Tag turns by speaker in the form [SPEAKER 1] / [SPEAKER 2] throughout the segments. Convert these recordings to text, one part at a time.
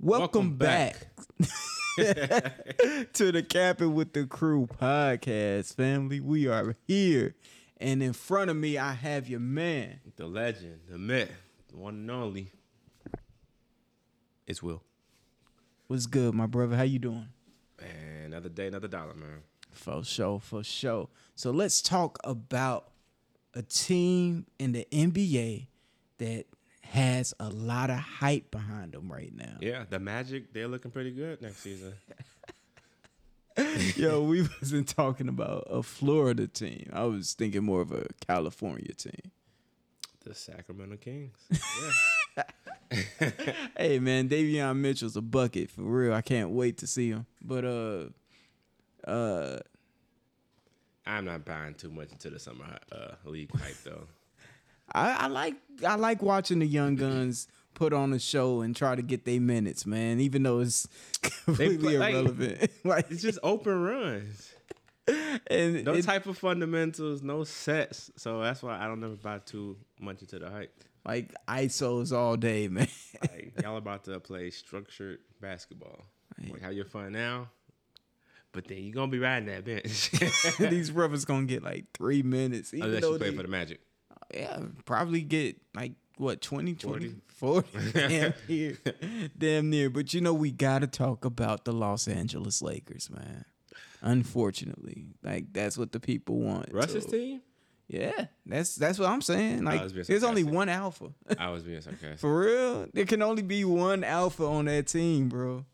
[SPEAKER 1] Welcome, back, to the Capping with the Crew podcast, family. We are here, and in front of me, I have your man.
[SPEAKER 2] The legend, the myth, the one and only. It's Will.
[SPEAKER 1] What's good, my brother? How you doing?
[SPEAKER 2] Man, another day, another dollar, man.
[SPEAKER 1] For sure, for sure. So let's talk about a team in the NBA that has a lot of hype behind them right now.
[SPEAKER 2] Yeah, the Magic, they're looking pretty good next season.
[SPEAKER 1] Yo, we wasn't talking about a Florida team. I was thinking more of a California team.
[SPEAKER 2] the Sacramento Kings.
[SPEAKER 1] Hey man, Davion Mitchell's a bucket for real. I can't wait to see him. But uh uh
[SPEAKER 2] I'm not buying too much into the summer uh, league hype, though.
[SPEAKER 1] I, I like I like watching the young guns put on a show and try to get their minutes, man, even though it's completely
[SPEAKER 2] play- like-
[SPEAKER 1] irrelevant. Like,
[SPEAKER 2] It's just open runs.
[SPEAKER 1] and
[SPEAKER 2] No
[SPEAKER 1] it-
[SPEAKER 2] type of fundamentals, no sets. So that's why I don't never buy too much into the hype.
[SPEAKER 1] like ISOs all day, man.
[SPEAKER 2] Like, y'all about to play structured basketball. Like, have your fun now, but then you're going to be riding that bench.
[SPEAKER 1] These brothers gonna get like three minutes. Even
[SPEAKER 2] Unless
[SPEAKER 1] though
[SPEAKER 2] you play
[SPEAKER 1] they-
[SPEAKER 2] for the Magic.
[SPEAKER 1] yeah, probably get like what 20, 20, 40? damn near, damn near. But you know, we gotta talk about the Los Angeles Lakers, man. Unfortunately, like that's what the people want.
[SPEAKER 2] Russ's
[SPEAKER 1] so-
[SPEAKER 2] team?
[SPEAKER 1] yeah, that's that's what I'm saying. Like,
[SPEAKER 2] was being
[SPEAKER 1] there's only
[SPEAKER 2] sarcastic.
[SPEAKER 1] one alpha
[SPEAKER 2] I was being sarcastic.
[SPEAKER 1] for real. There can only be one alpha on that team, bro.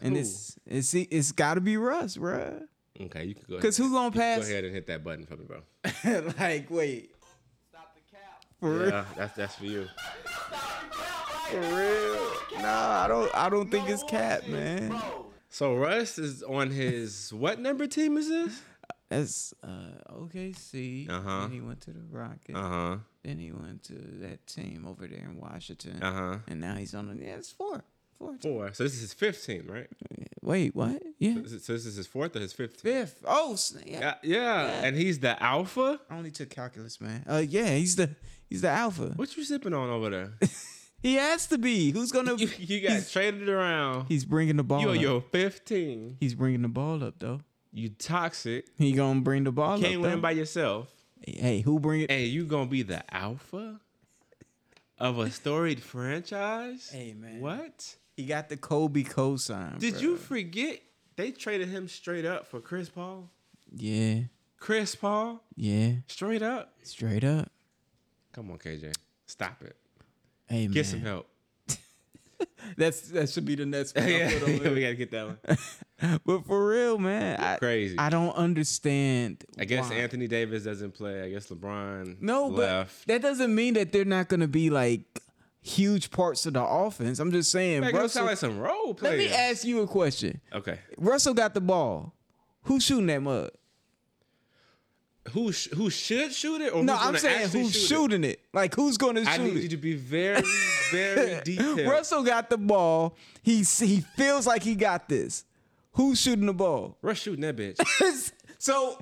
[SPEAKER 1] And
[SPEAKER 2] Who?
[SPEAKER 1] it's it's it's got to be Russ, bro.
[SPEAKER 2] Okay, you can go.
[SPEAKER 1] Because
[SPEAKER 2] ahead.
[SPEAKER 1] who gonna
[SPEAKER 2] Go
[SPEAKER 1] pass?
[SPEAKER 2] ahead and hit that button for me, bro.
[SPEAKER 1] like, wait. For real.
[SPEAKER 2] Yeah, that's that's for you.
[SPEAKER 1] For real? Nah, I don't. I don't think it's cap, man.
[SPEAKER 2] So Russ is on his what number team is this?
[SPEAKER 1] That's uh, OKC.
[SPEAKER 2] Uh-huh.
[SPEAKER 1] Then he went to the Rockets.
[SPEAKER 2] Uh huh.
[SPEAKER 1] Then he went to that team over there in Washington.
[SPEAKER 2] Uh huh.
[SPEAKER 1] And now he's on the. Yeah, it's four. Four.
[SPEAKER 2] Four. So this is his fifth team, right?
[SPEAKER 1] Wait, what? Yeah.
[SPEAKER 2] This is- So this is his fourth or his fifth? Team?
[SPEAKER 1] Fifth. Oh, snap. yeah.
[SPEAKER 2] Yeah, yeah. And he's the alpha.
[SPEAKER 1] I only took calculus, man. Uh, yeah, he's the he's the alpha.
[SPEAKER 2] What you sipping on over there?
[SPEAKER 1] He has to be. Who's gonna?
[SPEAKER 2] you, you got traded around.
[SPEAKER 1] he's bringing the ball.
[SPEAKER 2] You are
[SPEAKER 1] up.
[SPEAKER 2] your fifteen.
[SPEAKER 1] He's bringing the ball up though.
[SPEAKER 2] You toxic.
[SPEAKER 1] He gonna bring the ball
[SPEAKER 2] Can't
[SPEAKER 1] up.
[SPEAKER 2] win
[SPEAKER 1] though.
[SPEAKER 2] by yourself.
[SPEAKER 1] hey, who bring it?
[SPEAKER 2] And you gonna be the alpha of a storied franchise?
[SPEAKER 1] Hey, man.
[SPEAKER 2] What?
[SPEAKER 1] He got the Kobe cosign.
[SPEAKER 2] Did
[SPEAKER 1] bro.
[SPEAKER 2] you forget they traded him straight up for Chris Paul?
[SPEAKER 1] Yeah.
[SPEAKER 2] Chris Paul,
[SPEAKER 1] Yeah.
[SPEAKER 2] straight up.
[SPEAKER 1] Straight up.
[SPEAKER 2] Come on, KJ, stop it.
[SPEAKER 1] Hey
[SPEAKER 2] Get
[SPEAKER 1] man,
[SPEAKER 2] some help.
[SPEAKER 1] that's that should be the next. one I
[SPEAKER 2] yeah,
[SPEAKER 1] put on there.
[SPEAKER 2] we gotta get that one.
[SPEAKER 1] But for real, man, I,
[SPEAKER 2] Crazy.
[SPEAKER 1] I don't understand.
[SPEAKER 2] I guess
[SPEAKER 1] why.
[SPEAKER 2] Anthony Davis doesn't play. I guess LeBron
[SPEAKER 1] No,
[SPEAKER 2] left.
[SPEAKER 1] but that doesn't mean that they're not gonna be like huge parts of the offense. I'm just saying.
[SPEAKER 2] That sound
[SPEAKER 1] Russell,
[SPEAKER 2] like some role
[SPEAKER 1] let
[SPEAKER 2] players.
[SPEAKER 1] me ask you a question.
[SPEAKER 2] Okay,
[SPEAKER 1] Russell got the ball. Who's shooting that mug?
[SPEAKER 2] who sh- who should shoot it? Or
[SPEAKER 1] No,
[SPEAKER 2] who's
[SPEAKER 1] I'm
[SPEAKER 2] gonna
[SPEAKER 1] saying
[SPEAKER 2] actually
[SPEAKER 1] who's
[SPEAKER 2] shoot it?
[SPEAKER 1] shooting it? Like who's going to
[SPEAKER 2] I need you
[SPEAKER 1] shoot
[SPEAKER 2] to be very very
[SPEAKER 1] it?
[SPEAKER 2] detailed.
[SPEAKER 1] Russell got the ball. He s- he feels like he got this. Who's shooting the ball?
[SPEAKER 2] Russ shooting that bitch.
[SPEAKER 1] so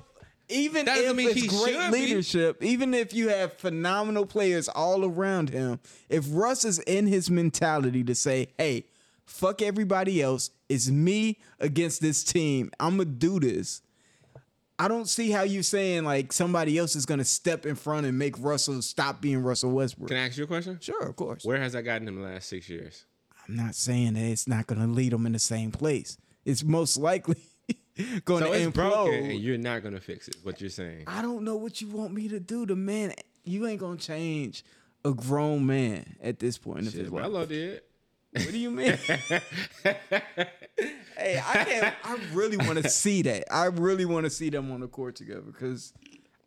[SPEAKER 1] even
[SPEAKER 2] That
[SPEAKER 1] if
[SPEAKER 2] doesn't mean
[SPEAKER 1] it's
[SPEAKER 2] he
[SPEAKER 1] great
[SPEAKER 2] should be.
[SPEAKER 1] leadership, even if you have phenomenal players all around him, if Russ is in his mentality to say, "Hey, fuck everybody else, it's me against this team. I'm gonna do this." I don't see how you're saying like somebody else is gonna step in front and make Russell stop being Russell Westbrook.
[SPEAKER 2] Can I ask you a question?
[SPEAKER 1] sure, of course.
[SPEAKER 2] Where has that gotten him the last six years?
[SPEAKER 1] I'm not saying that it's not gonna lead them in the same place. It's most likely gonna
[SPEAKER 2] So it's
[SPEAKER 1] implode.
[SPEAKER 2] broken, and you're not gonna fix it. What you're saying?
[SPEAKER 1] I don't know what you want me to do. The man, you ain't gonna change a grown man at this point. If it's like,
[SPEAKER 2] Melo did.
[SPEAKER 1] what do you mean? hey, I can't. I really want to see that. I really want to see them on the court together because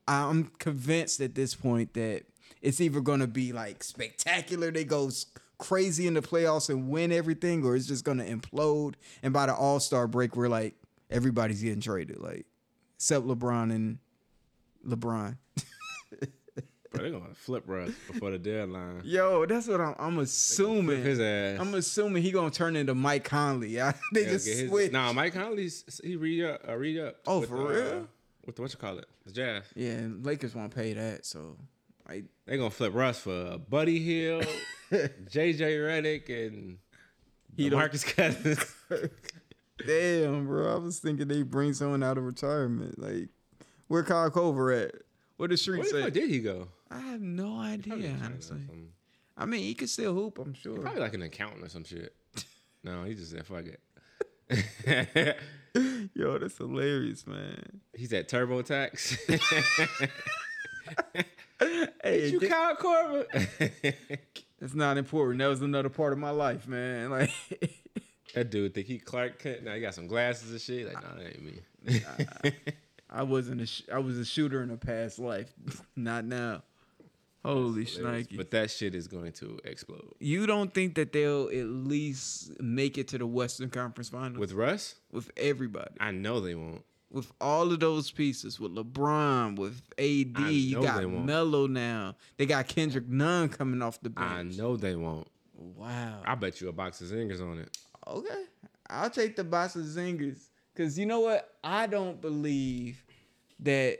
[SPEAKER 1] I'm convinced at this point that it's either gonna be like spectacular. They go s- crazy in the playoffs and win everything, or it's just gonna implode. And by the All Star break, we're like everybody's getting traded, like except LeBron and LeBron.
[SPEAKER 2] Bro, they're gonna flip Russ before the deadline.
[SPEAKER 1] Yo, that's what I'm, I'm
[SPEAKER 2] His
[SPEAKER 1] assuming.
[SPEAKER 2] ass.
[SPEAKER 1] I'm assuming he gonna turn into Mike Conley. they
[SPEAKER 2] They'll
[SPEAKER 1] just
[SPEAKER 2] get his-
[SPEAKER 1] switch.
[SPEAKER 2] Nah, Mike Conley's he re up, uh, re up.
[SPEAKER 1] Oh, for real?
[SPEAKER 2] With the, what you call it, the Jazz.
[SPEAKER 1] Yeah, and Lakers won't pay that. So, like,
[SPEAKER 2] uh, They gonna flip Russ for Buddy Hill, J.J. Redick, and
[SPEAKER 1] He don't-
[SPEAKER 2] Marcus Cousins.
[SPEAKER 1] Damn, bro. I was thinking they bring someone out of retirement. Like, where Kyle Culver at? What the
[SPEAKER 2] Where
[SPEAKER 1] street
[SPEAKER 2] the
[SPEAKER 1] say?
[SPEAKER 2] fuck did he go?
[SPEAKER 1] I have no
[SPEAKER 2] Probably
[SPEAKER 1] idea,
[SPEAKER 2] China or
[SPEAKER 1] honestly.
[SPEAKER 2] something.
[SPEAKER 1] I mean, he could still hoop, I'm sure.
[SPEAKER 2] Probably like an accountant or some shit. No, he just said fuck it.
[SPEAKER 1] Yo, that's hilarious, man.
[SPEAKER 2] He's at TurboTax.
[SPEAKER 1] Hey,
[SPEAKER 2] you
[SPEAKER 1] thi-
[SPEAKER 2] Kyle Corver.
[SPEAKER 1] that's not important. That was another part of my life, man. Like,
[SPEAKER 2] that dude think he Clark Kent. Now he got some glasses and shit. Like, nah, that ain't me.
[SPEAKER 1] I wasn't a sh- I was a shooter in a past life, not now. Holy shnikes!
[SPEAKER 2] but that shit is going to explode.
[SPEAKER 1] you don't think that they'll at least make it to the Western Conference Finals with,
[SPEAKER 2] With Russ,
[SPEAKER 1] everybody,
[SPEAKER 2] I know they won't.
[SPEAKER 1] with all of those pieces, with LeBron, with AD,
[SPEAKER 2] I
[SPEAKER 1] you
[SPEAKER 2] know
[SPEAKER 1] got
[SPEAKER 2] they won't.
[SPEAKER 1] Melo now. They got Kendrick Nunn coming off the
[SPEAKER 2] I
[SPEAKER 1] bench.
[SPEAKER 2] know they won't.
[SPEAKER 1] Wow.
[SPEAKER 2] I bet you a box of zingers on it.
[SPEAKER 1] Okay. I'll take the box of zingers. Cause you know what? I don't believe that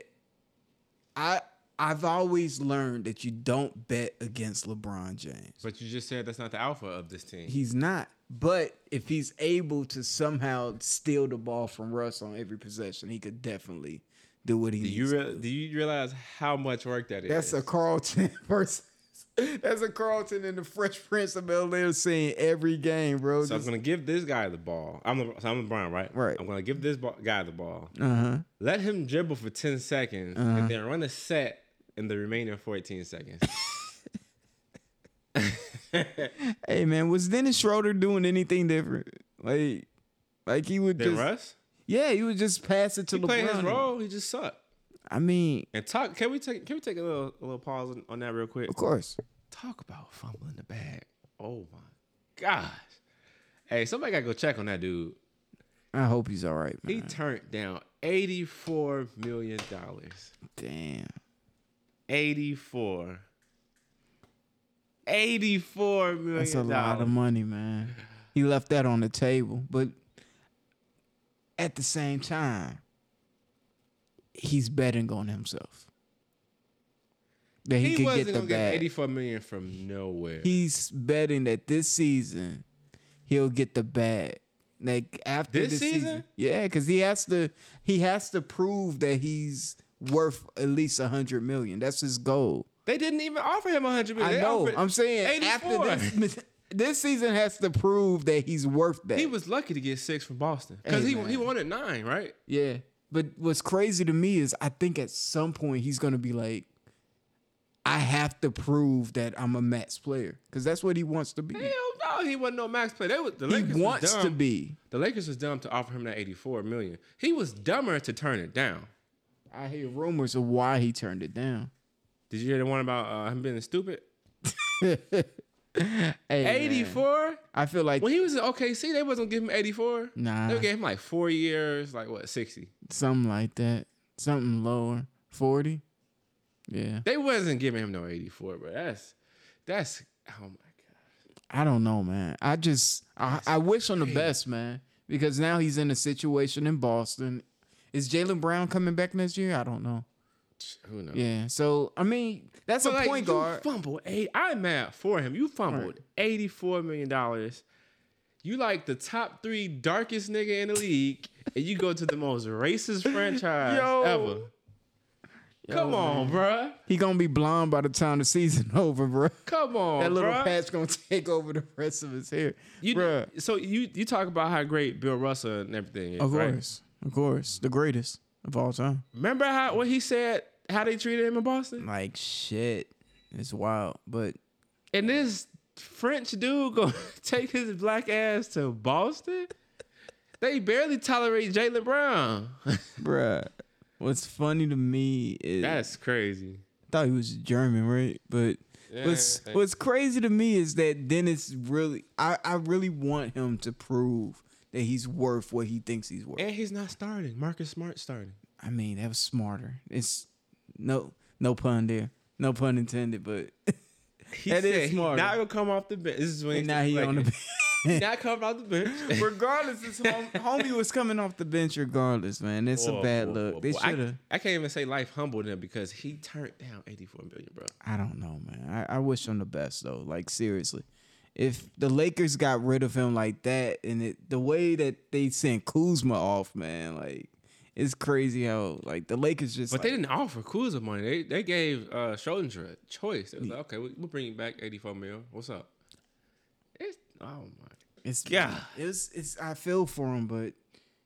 [SPEAKER 1] I I've always learned that you don't bet against LeBron James.
[SPEAKER 2] But you just said that's not the alpha of this team.
[SPEAKER 1] He's not. But if he's able to somehow steal the ball from Russ on every possession, he could definitely do what he
[SPEAKER 2] do
[SPEAKER 1] needs.
[SPEAKER 2] you
[SPEAKER 1] to
[SPEAKER 2] re- do you realize how much work that is?
[SPEAKER 1] That's a Carlton versus. That's a Carlton and the Fresh Prince of Bel Air scene every game, bro.
[SPEAKER 2] So I'm gonna give this guy the ball. I'm Le- so I'm LeBron, right?
[SPEAKER 1] Right.
[SPEAKER 2] I'm gonna give this ball, guy the ball.
[SPEAKER 1] uh huh.
[SPEAKER 2] Let him dribble for 10 seconds
[SPEAKER 1] Uh-huh.
[SPEAKER 2] and then run a set in the remaining 14 seconds. then
[SPEAKER 1] Hey man, was Dennis Schroeder doing anything different? Like, like he would just
[SPEAKER 2] Russ,
[SPEAKER 1] yeah, he would just pass it to
[SPEAKER 2] he
[SPEAKER 1] LeBron.
[SPEAKER 2] played his role. He just sucked.
[SPEAKER 1] I mean,
[SPEAKER 2] And talk. Can we take? Can we take a little a little pause on, on that real quick?
[SPEAKER 1] of course,
[SPEAKER 2] Talk about fumbling the bag. Oh my gosh. Hey, somebody gotta go check on that dude.
[SPEAKER 1] I hope he's all right,
[SPEAKER 2] He
[SPEAKER 1] man.
[SPEAKER 2] turned down 84 million dollars.
[SPEAKER 1] Damn,
[SPEAKER 2] 84 84 million
[SPEAKER 1] that's a lot of money, man. He left that on the table, but at the same time, he's betting on himself that he,
[SPEAKER 2] he,
[SPEAKER 1] could
[SPEAKER 2] wasn't
[SPEAKER 1] get the
[SPEAKER 2] gonna
[SPEAKER 1] bag.
[SPEAKER 2] get 84 million from nowhere
[SPEAKER 1] he's betting that this season he'll get the bag. Like after
[SPEAKER 2] This
[SPEAKER 1] this, season?
[SPEAKER 2] season?
[SPEAKER 1] yeah, because he has to he has to prove that he's worth at least a hundred million. That's his goal.
[SPEAKER 2] they didn't even offer him 100 million
[SPEAKER 1] I
[SPEAKER 2] They
[SPEAKER 1] know.
[SPEAKER 2] offered
[SPEAKER 1] I'm saying
[SPEAKER 2] 84.
[SPEAKER 1] after this, this season has to prove that he's worth that.
[SPEAKER 2] he was lucky to get six from boston because
[SPEAKER 1] Hey,
[SPEAKER 2] he,
[SPEAKER 1] man.
[SPEAKER 2] he wanted nine right
[SPEAKER 1] yeah. But what's crazy to me is I think at some point he's gonna be like, I have to prove that I'm a max player because that's what he wants to be.
[SPEAKER 2] Hell no, he wasn't no max player. They was, the
[SPEAKER 1] he
[SPEAKER 2] Lakers was
[SPEAKER 1] wants to
[SPEAKER 2] dumb.
[SPEAKER 1] be.
[SPEAKER 2] The Lakers was dumb to offer him that 84 million. He was dumber to turn it down.
[SPEAKER 1] I hear rumors of why he turned it down.
[SPEAKER 2] Did you hear the one about uh, him being stupid?
[SPEAKER 1] Hey, man.
[SPEAKER 2] 84.
[SPEAKER 1] I feel like
[SPEAKER 2] When he was in OKC, they wasn't gonna give him 84.
[SPEAKER 1] Nah.
[SPEAKER 2] They gave him like four years, like what, 60.
[SPEAKER 1] something like that. Something lower. 40? Yeah.
[SPEAKER 2] They wasn't giving him no 84, but that's that's oh my god.
[SPEAKER 1] I don't know, man. I just I, I wish on the best, man. Because now he's in a situation in Boston. Is Jalen Brown coming back next year? I don't know.
[SPEAKER 2] Who knows?
[SPEAKER 1] Yeah. So I mean, that's
[SPEAKER 2] But
[SPEAKER 1] a
[SPEAKER 2] like,
[SPEAKER 1] point
[SPEAKER 2] you
[SPEAKER 1] guard.
[SPEAKER 2] fumbled eight. I'm mad for him. You fumbled
[SPEAKER 1] Right.
[SPEAKER 2] 84 million dollars. You like the top three darkest nigga in the league, and you go to the most racist franchise
[SPEAKER 1] Yo.
[SPEAKER 2] ever. Come on, bruh.
[SPEAKER 1] he gonna be blonde by the time the season over, bro.
[SPEAKER 2] Come on,
[SPEAKER 1] That little
[SPEAKER 2] bruh.
[SPEAKER 1] patch gonna take over the rest of his hair.
[SPEAKER 2] You,
[SPEAKER 1] bruh.
[SPEAKER 2] So you you talk about how great Bill Russell and everything is,
[SPEAKER 1] Of
[SPEAKER 2] right?
[SPEAKER 1] course. Of course. The greatest of all time.
[SPEAKER 2] Remember how what he said, how they treated him in Boston?
[SPEAKER 1] Like shit. It's wild. But
[SPEAKER 2] And this French dude gonna take his black ass to Boston? They barely tolerate Jalen Brown.
[SPEAKER 1] bruh. What's funny to me is
[SPEAKER 2] That's crazy.
[SPEAKER 1] I thought he was German, right? But what's
[SPEAKER 2] Yeah.
[SPEAKER 1] what's crazy to me is that Dennis really I, I really want him to prove that he's worth what he thinks he's worth.
[SPEAKER 2] And he's not starting. Marcus Smart starting.
[SPEAKER 1] I mean, that was smarter. It's no no pun there. No pun intended, but
[SPEAKER 2] He
[SPEAKER 1] That is
[SPEAKER 2] he
[SPEAKER 1] smarter.
[SPEAKER 2] Not gonna come off the bench. This is when
[SPEAKER 1] and now he
[SPEAKER 2] like,
[SPEAKER 1] on the
[SPEAKER 2] he
[SPEAKER 1] bench.
[SPEAKER 2] not coming off the bench.
[SPEAKER 1] regardless, it's hom- homie was coming off the bench. Regardless, man, it's a
[SPEAKER 2] Whoa,
[SPEAKER 1] bad
[SPEAKER 2] whoa,
[SPEAKER 1] look.
[SPEAKER 2] whoa,
[SPEAKER 1] they
[SPEAKER 2] whoa. I-
[SPEAKER 1] should have.
[SPEAKER 2] I, can't even say life humbled him because he turned down 84 million, bro.
[SPEAKER 1] I don't know, man. I, I wish him the best though. Like seriously, if the Lakers got rid of him like that, and it, the way that they sent Kuzma off, man, like it's crazy how like the Lakers just.
[SPEAKER 2] But they
[SPEAKER 1] like-
[SPEAKER 2] didn't offer Kuzma money. They they gave uh, Schrodinger a choice. It was like, okay, we- we'll bring you back eighty four mil. What's up? It's oh my.
[SPEAKER 1] It's
[SPEAKER 2] Yeah.
[SPEAKER 1] It's it's I feel for him, but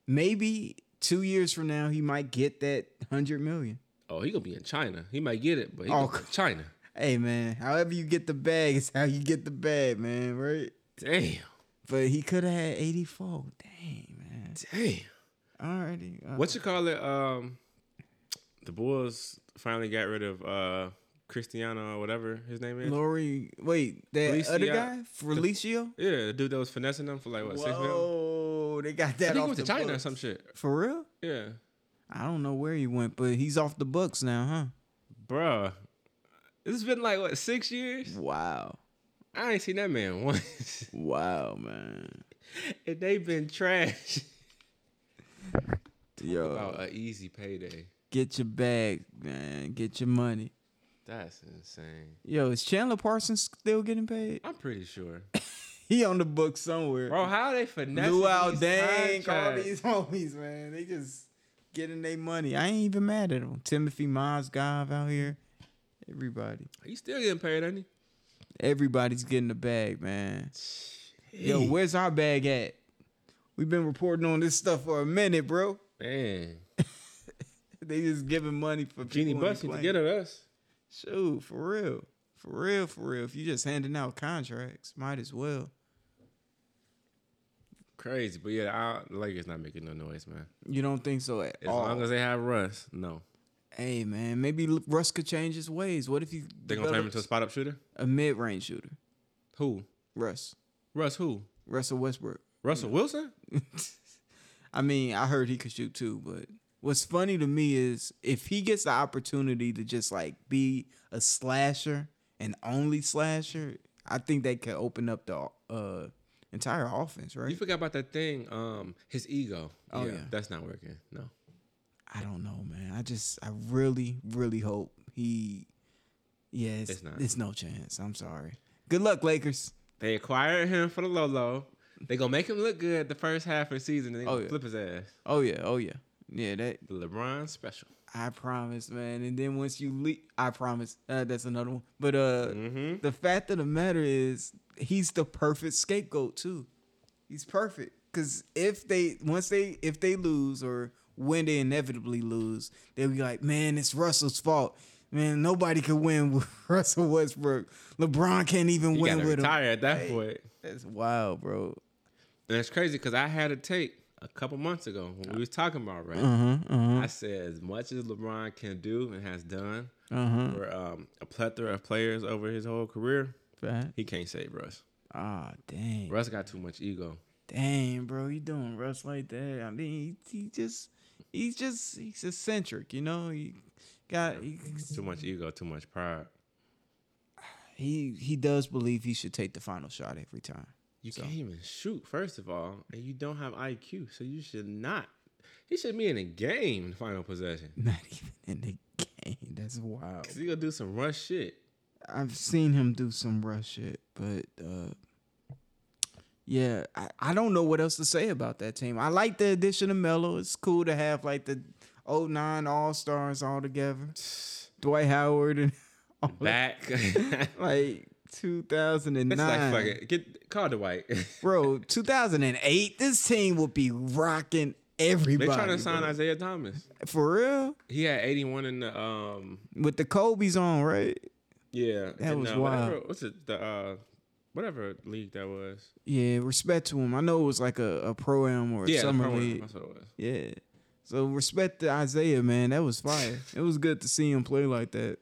[SPEAKER 1] maybe two years from now he might get that hundred million.
[SPEAKER 2] Oh, he gonna be in China. He might get it, but he
[SPEAKER 1] Oh,
[SPEAKER 2] gonna be in China.
[SPEAKER 1] Hey man, however you get the bag is how you get the bag, man, right?
[SPEAKER 2] Damn,
[SPEAKER 1] But he could have had eighty four. Dang man,
[SPEAKER 2] damn.
[SPEAKER 1] already. Uh,
[SPEAKER 2] What you call it? Um, the Bulls finally got rid of uh Cristiano or whatever his name is.
[SPEAKER 1] Lori? Wait, that
[SPEAKER 2] Felicia-
[SPEAKER 1] other guy, Felicio.
[SPEAKER 2] Yeah, the dude that was finessing them for like what six mil.
[SPEAKER 1] Whoa, they got that
[SPEAKER 2] I think he
[SPEAKER 1] off
[SPEAKER 2] went to
[SPEAKER 1] the
[SPEAKER 2] China or
[SPEAKER 1] books.
[SPEAKER 2] some shit.
[SPEAKER 1] For real?
[SPEAKER 2] Yeah,
[SPEAKER 1] I don't know where he went, but he's off the books now,
[SPEAKER 2] bruh. It's been like what six years.
[SPEAKER 1] huh? Wow,
[SPEAKER 2] I ain't seen that man once.
[SPEAKER 1] wow, man.
[SPEAKER 2] and they've been trash.
[SPEAKER 1] Yo,
[SPEAKER 2] About an easy payday.
[SPEAKER 1] Get your bag, man. Get your money.
[SPEAKER 2] That's insane.
[SPEAKER 1] Yo, is Chandler Parsons still getting paid?
[SPEAKER 2] I'm pretty sure,
[SPEAKER 1] He on the book somewhere.
[SPEAKER 2] bro. How they finessing
[SPEAKER 1] Luau
[SPEAKER 2] these
[SPEAKER 1] Dang, all
[SPEAKER 2] contracts?
[SPEAKER 1] these homies, man. They just getting their money. I ain't even mad at them. Timothy Mozgov out here. Everybody.
[SPEAKER 2] He still getting paid, ain't he?
[SPEAKER 1] Everybody's getting a bag, man. Yo, where's our bag at? We've been reporting on this stuff for a minute, bro.
[SPEAKER 2] Man,
[SPEAKER 1] They just giving money for
[SPEAKER 2] Jeannie
[SPEAKER 1] people who
[SPEAKER 2] Buss need to
[SPEAKER 1] complain.
[SPEAKER 2] get at us.
[SPEAKER 1] Shoot, for real. For real, for real. If you just handing out contracts, might as well.
[SPEAKER 2] Crazy, but yeah, I, the Lakers not making no noise, man.
[SPEAKER 1] You don't think so at
[SPEAKER 2] As
[SPEAKER 1] all.
[SPEAKER 2] long as they have Russ, no,
[SPEAKER 1] hey man, maybe L- Russ could change his ways. What if he
[SPEAKER 2] they gonna turn him
[SPEAKER 1] develops
[SPEAKER 2] into a spot up shooter.
[SPEAKER 1] a mid range shooter?
[SPEAKER 2] Who?
[SPEAKER 1] Russ.
[SPEAKER 2] Russ? Who?
[SPEAKER 1] Russell Westbrook.
[SPEAKER 2] Russell Wilson?
[SPEAKER 1] I mean, I heard he could shoot too, but what's funny to me is if he gets the opportunity to just like be a slasher and only slasher, I think that could open up the uh entire offense,
[SPEAKER 2] You
[SPEAKER 1] right?
[SPEAKER 2] forgot about that thing? Um, his ego.
[SPEAKER 1] Oh,
[SPEAKER 2] yeah,
[SPEAKER 1] yeah.
[SPEAKER 2] that's not working. No,
[SPEAKER 1] I don't know, man. I just I really, really hope he Yeah, it's,
[SPEAKER 2] It's not.
[SPEAKER 1] it's no chance. I'm sorry. Good luck, Lakers.
[SPEAKER 2] They acquired him for the Lolo. They gonna make him look good the first half of the season. Then they
[SPEAKER 1] Oh,
[SPEAKER 2] gonna
[SPEAKER 1] yeah.
[SPEAKER 2] flip his ass.
[SPEAKER 1] Oh yeah, oh yeah, yeah. That
[SPEAKER 2] The LeBron special.
[SPEAKER 1] I promise, man. And then once you leave, I promise. Uh, that's another one. But uh,
[SPEAKER 2] Mm-hmm.
[SPEAKER 1] the fact of the matter is, he's the perfect scapegoat too. He's perfect because if they once they if they lose or when they inevitably lose, they'll be like, man, it's Russell's fault. Man, nobody could win with Russell Westbrook. LeBron can't even
[SPEAKER 2] You
[SPEAKER 1] win
[SPEAKER 2] gotta
[SPEAKER 1] with him.
[SPEAKER 2] retire at that
[SPEAKER 1] Hey.
[SPEAKER 2] point.
[SPEAKER 1] That's wild, bro.
[SPEAKER 2] And it's crazy because I had a take a couple months ago when we was talking about right.
[SPEAKER 1] Uh huh. Uh huh.
[SPEAKER 2] I said as much as LeBron can do and has done
[SPEAKER 1] Uh huh.
[SPEAKER 2] for um, a plethora of players over his whole career, he can't save Russ.
[SPEAKER 1] Ah, dang.
[SPEAKER 2] Russ got too much ego.
[SPEAKER 1] Damn, bro, you doing Russ like that? I mean, he, he just, he's just, he's eccentric, you know. He got, he,
[SPEAKER 2] Too much ego. Too much pride.
[SPEAKER 1] he he does believe he should take the final shot every time.
[SPEAKER 2] You
[SPEAKER 1] So-
[SPEAKER 2] can't even shoot, first of all, and you don't have IQ, so you should not. He should be in a game final possession.
[SPEAKER 1] Not even in the game. That's wild.
[SPEAKER 2] Cause he gonna do some rush shit.
[SPEAKER 1] I've seen him do some Russ shit, but uh, yeah, I, I don't know what else to say about that team. I like the addition of Melo. It's cool to have like the 09 All Stars all together. Dwight Howard and all that.
[SPEAKER 2] Back. That's
[SPEAKER 1] like 2009.
[SPEAKER 2] like fuck it. Get call Dwight.
[SPEAKER 1] Bro, 2008, this team would be rocking everybody.
[SPEAKER 2] they trying to sign
[SPEAKER 1] bro.
[SPEAKER 2] Isaiah Thomas.
[SPEAKER 1] For real?
[SPEAKER 2] He had 81 in the um
[SPEAKER 1] With the Kobe's on, right?
[SPEAKER 2] yeah.
[SPEAKER 1] That
[SPEAKER 2] in,
[SPEAKER 1] was
[SPEAKER 2] uh,
[SPEAKER 1] wild.
[SPEAKER 2] Whatever, what's it the uh whatever league that was?
[SPEAKER 1] Yeah, respect to him. I know it was like a, a pro am or a
[SPEAKER 2] Yeah, the
[SPEAKER 1] summer
[SPEAKER 2] Pro Am,
[SPEAKER 1] league.
[SPEAKER 2] That's what it was.
[SPEAKER 1] Yeah. So respect to Isaiah, man. That was fire. it was good to see him play like that.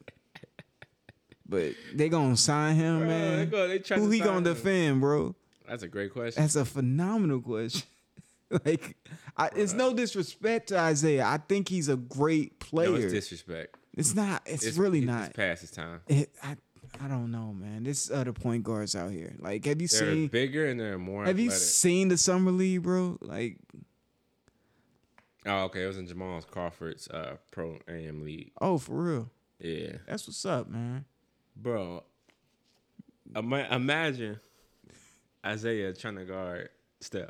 [SPEAKER 1] But they gonna sign him,
[SPEAKER 2] Bro, they
[SPEAKER 1] man.
[SPEAKER 2] go- they tried
[SPEAKER 1] Who
[SPEAKER 2] to
[SPEAKER 1] he
[SPEAKER 2] sign
[SPEAKER 1] gonna
[SPEAKER 2] him.
[SPEAKER 1] defend, bro?
[SPEAKER 2] That's a great question.
[SPEAKER 1] That's a phenomenal question. like, I, it's no disrespect to Isaiah. I think he's a great player.
[SPEAKER 2] no, it's
[SPEAKER 1] it's,
[SPEAKER 2] disrespect.
[SPEAKER 1] not. It's, really
[SPEAKER 2] it's
[SPEAKER 1] not.
[SPEAKER 2] It's past his time.
[SPEAKER 1] It, I I don't know, man. This other point guards out here. Like, have you
[SPEAKER 2] They're
[SPEAKER 1] seen?
[SPEAKER 2] bigger and they're more.
[SPEAKER 1] Have you
[SPEAKER 2] athletic.
[SPEAKER 1] seen the summer league, bro? Like,
[SPEAKER 2] Oh, okay. It was in Jamal's Crawford's uh, pro AM league.
[SPEAKER 1] oh, for real.
[SPEAKER 2] Yeah,
[SPEAKER 1] That's what's up, man.
[SPEAKER 2] bro. Ima- imagine Isaiah trying to guard Steph,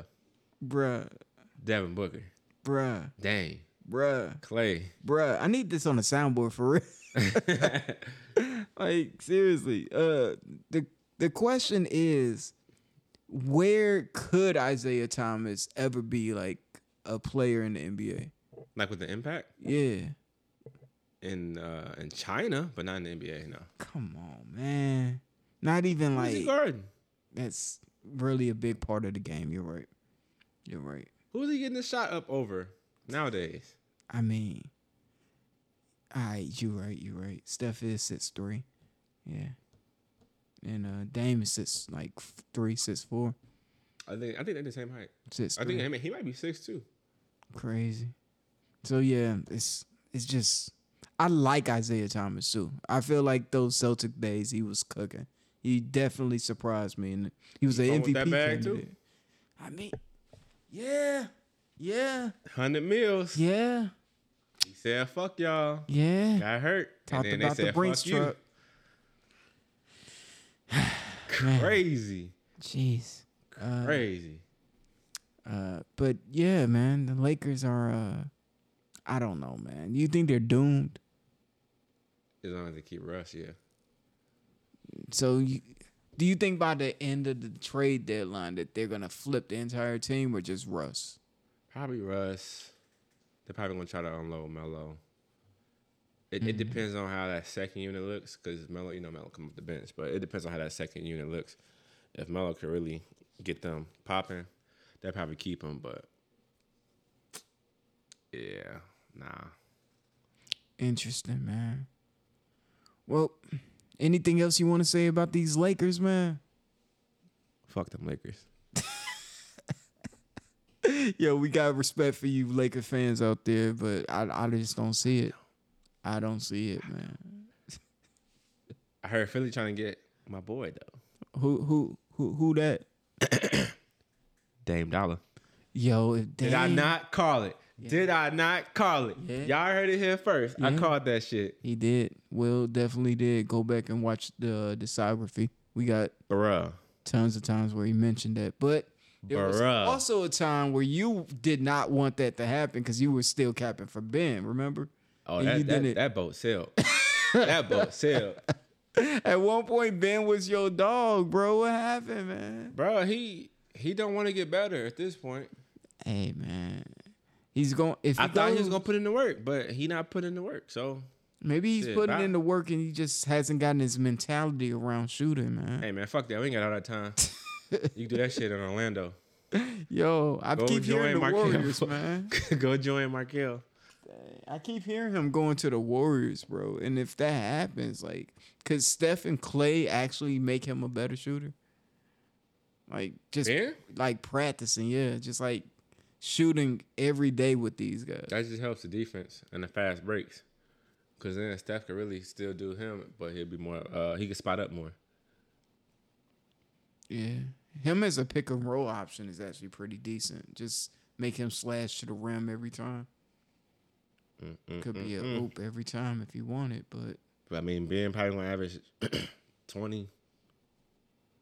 [SPEAKER 1] bruh,
[SPEAKER 2] Devin Booker,
[SPEAKER 1] bruh,
[SPEAKER 2] dang,
[SPEAKER 1] bruh,
[SPEAKER 2] Clay.
[SPEAKER 1] bruh. I need this on a soundboard for real. like seriously uh the the question is where could isaiah thomas ever be like a player in the nba
[SPEAKER 2] like with the impact
[SPEAKER 1] yeah
[SPEAKER 2] in uh in China, but not in the NBA. No,
[SPEAKER 1] come on man not even
[SPEAKER 2] who's he
[SPEAKER 1] like
[SPEAKER 2] guarding?
[SPEAKER 1] that's really a big part of the game you're right you're right
[SPEAKER 2] Who's he getting the shot up over nowadays?
[SPEAKER 1] i mean all right you right you right steph is six three yeah and uh dame is six like f- three six four
[SPEAKER 2] I think I think they're the same height.
[SPEAKER 1] six
[SPEAKER 2] I
[SPEAKER 1] three.
[SPEAKER 2] think I mean, he might be six too.
[SPEAKER 1] Crazy. So yeah, it's it's just I like Isaiah Thomas too. I feel like those Celtic days he was cooking. He definitely surprised me, and he was an
[SPEAKER 2] going
[SPEAKER 1] MVP
[SPEAKER 2] with that bag, too?
[SPEAKER 1] candidate. I mean, yeah, yeah,
[SPEAKER 2] Hundred mils.
[SPEAKER 1] yeah,
[SPEAKER 2] He said, "Fuck y'all."
[SPEAKER 1] yeah.
[SPEAKER 2] Got hurt.
[SPEAKER 1] Talked
[SPEAKER 2] and then
[SPEAKER 1] about
[SPEAKER 2] they
[SPEAKER 1] the
[SPEAKER 2] said,
[SPEAKER 1] Brinks
[SPEAKER 2] "Fuck you."
[SPEAKER 1] truck.
[SPEAKER 2] Crazy,
[SPEAKER 1] Jeez. Uh,
[SPEAKER 2] crazy.
[SPEAKER 1] Uh, but yeah, man, the Lakers are. uh I don't know, man. You think they're doomed?
[SPEAKER 2] As long as they keep Russ, yeah.
[SPEAKER 1] So, you, do you think by the end of the trade deadline that they're gonna flip the entire team or just Russ?
[SPEAKER 2] Probably Russ. They're probably gonna try to unload Melo. It, it depends on how that second unit looks, because Melo, you know, Melo come off the bench, but it depends on how that second unit looks. If Melo can really get them popping, they probably keep him. But yeah, nah.
[SPEAKER 1] Interesting, man. Well, anything else you want to say about these Lakers, man?
[SPEAKER 2] Fuck them Lakers.
[SPEAKER 1] Yo, we got respect for you Laker fans out there, but I, I just don't see it. I don't see it, man.
[SPEAKER 2] I heard Philly trying to get my boy though,
[SPEAKER 1] Who who who who that?
[SPEAKER 2] Dame Dollar.
[SPEAKER 1] Yo, if
[SPEAKER 2] Did I
[SPEAKER 1] Dame-
[SPEAKER 2] not call it? Did I not call it?
[SPEAKER 1] Yeah.
[SPEAKER 2] Y'all heard it here first. I
[SPEAKER 1] Yeah.
[SPEAKER 2] called that shit.
[SPEAKER 1] He did. Will definitely did. Go back and watch the discography. We got
[SPEAKER 2] Bruh.
[SPEAKER 1] tons of times where he mentioned that. But there was
[SPEAKER 2] Bruh.
[SPEAKER 1] also a time where you did not want that to happen because you were still capping for Ben. Remember?
[SPEAKER 2] Oh,
[SPEAKER 1] And you
[SPEAKER 2] that,
[SPEAKER 1] did it.
[SPEAKER 2] that, that boat sailed. that boat sailed.
[SPEAKER 1] At one point, Ben was your dog, bro. What happened, man?
[SPEAKER 2] Bro, he he don't want to get better at this point.
[SPEAKER 1] Hey, man. He's going. If he
[SPEAKER 2] I thought he
[SPEAKER 1] goes-
[SPEAKER 2] was gonna put in the work, but he not putting in the work. So
[SPEAKER 1] maybe he's
[SPEAKER 2] Shit,
[SPEAKER 1] putting
[SPEAKER 2] bye.
[SPEAKER 1] in the work and he just hasn't gotten his mentality around shooting, man.
[SPEAKER 2] hey man, fuck that. We ain't got all that time. you can do that shit in Orlando.
[SPEAKER 1] Yo, I
[SPEAKER 2] Go
[SPEAKER 1] keep hearing the
[SPEAKER 2] join Markel.
[SPEAKER 1] Warriors, man.
[SPEAKER 2] Go join Markel.
[SPEAKER 1] I keep hearing him going to the Warriors, bro. And if that happens, like, could Steph and Clay actually make him a better shooter? Like, just
[SPEAKER 2] Yeah?
[SPEAKER 1] like practicing, yeah, just like shooting every day with these guys.
[SPEAKER 2] That just helps the defense and the fast breaks. Cause then Steph could really still do him, but he'll be more uh he could spot up more.
[SPEAKER 1] Yeah, him as a pick and roll option is actually pretty decent. Just make him slash to the rim every time.
[SPEAKER 2] Mm,
[SPEAKER 1] Could be a
[SPEAKER 2] Mm-hmm.
[SPEAKER 1] oop every time if you want it, but
[SPEAKER 2] But I mean Ben probably gonna average 20,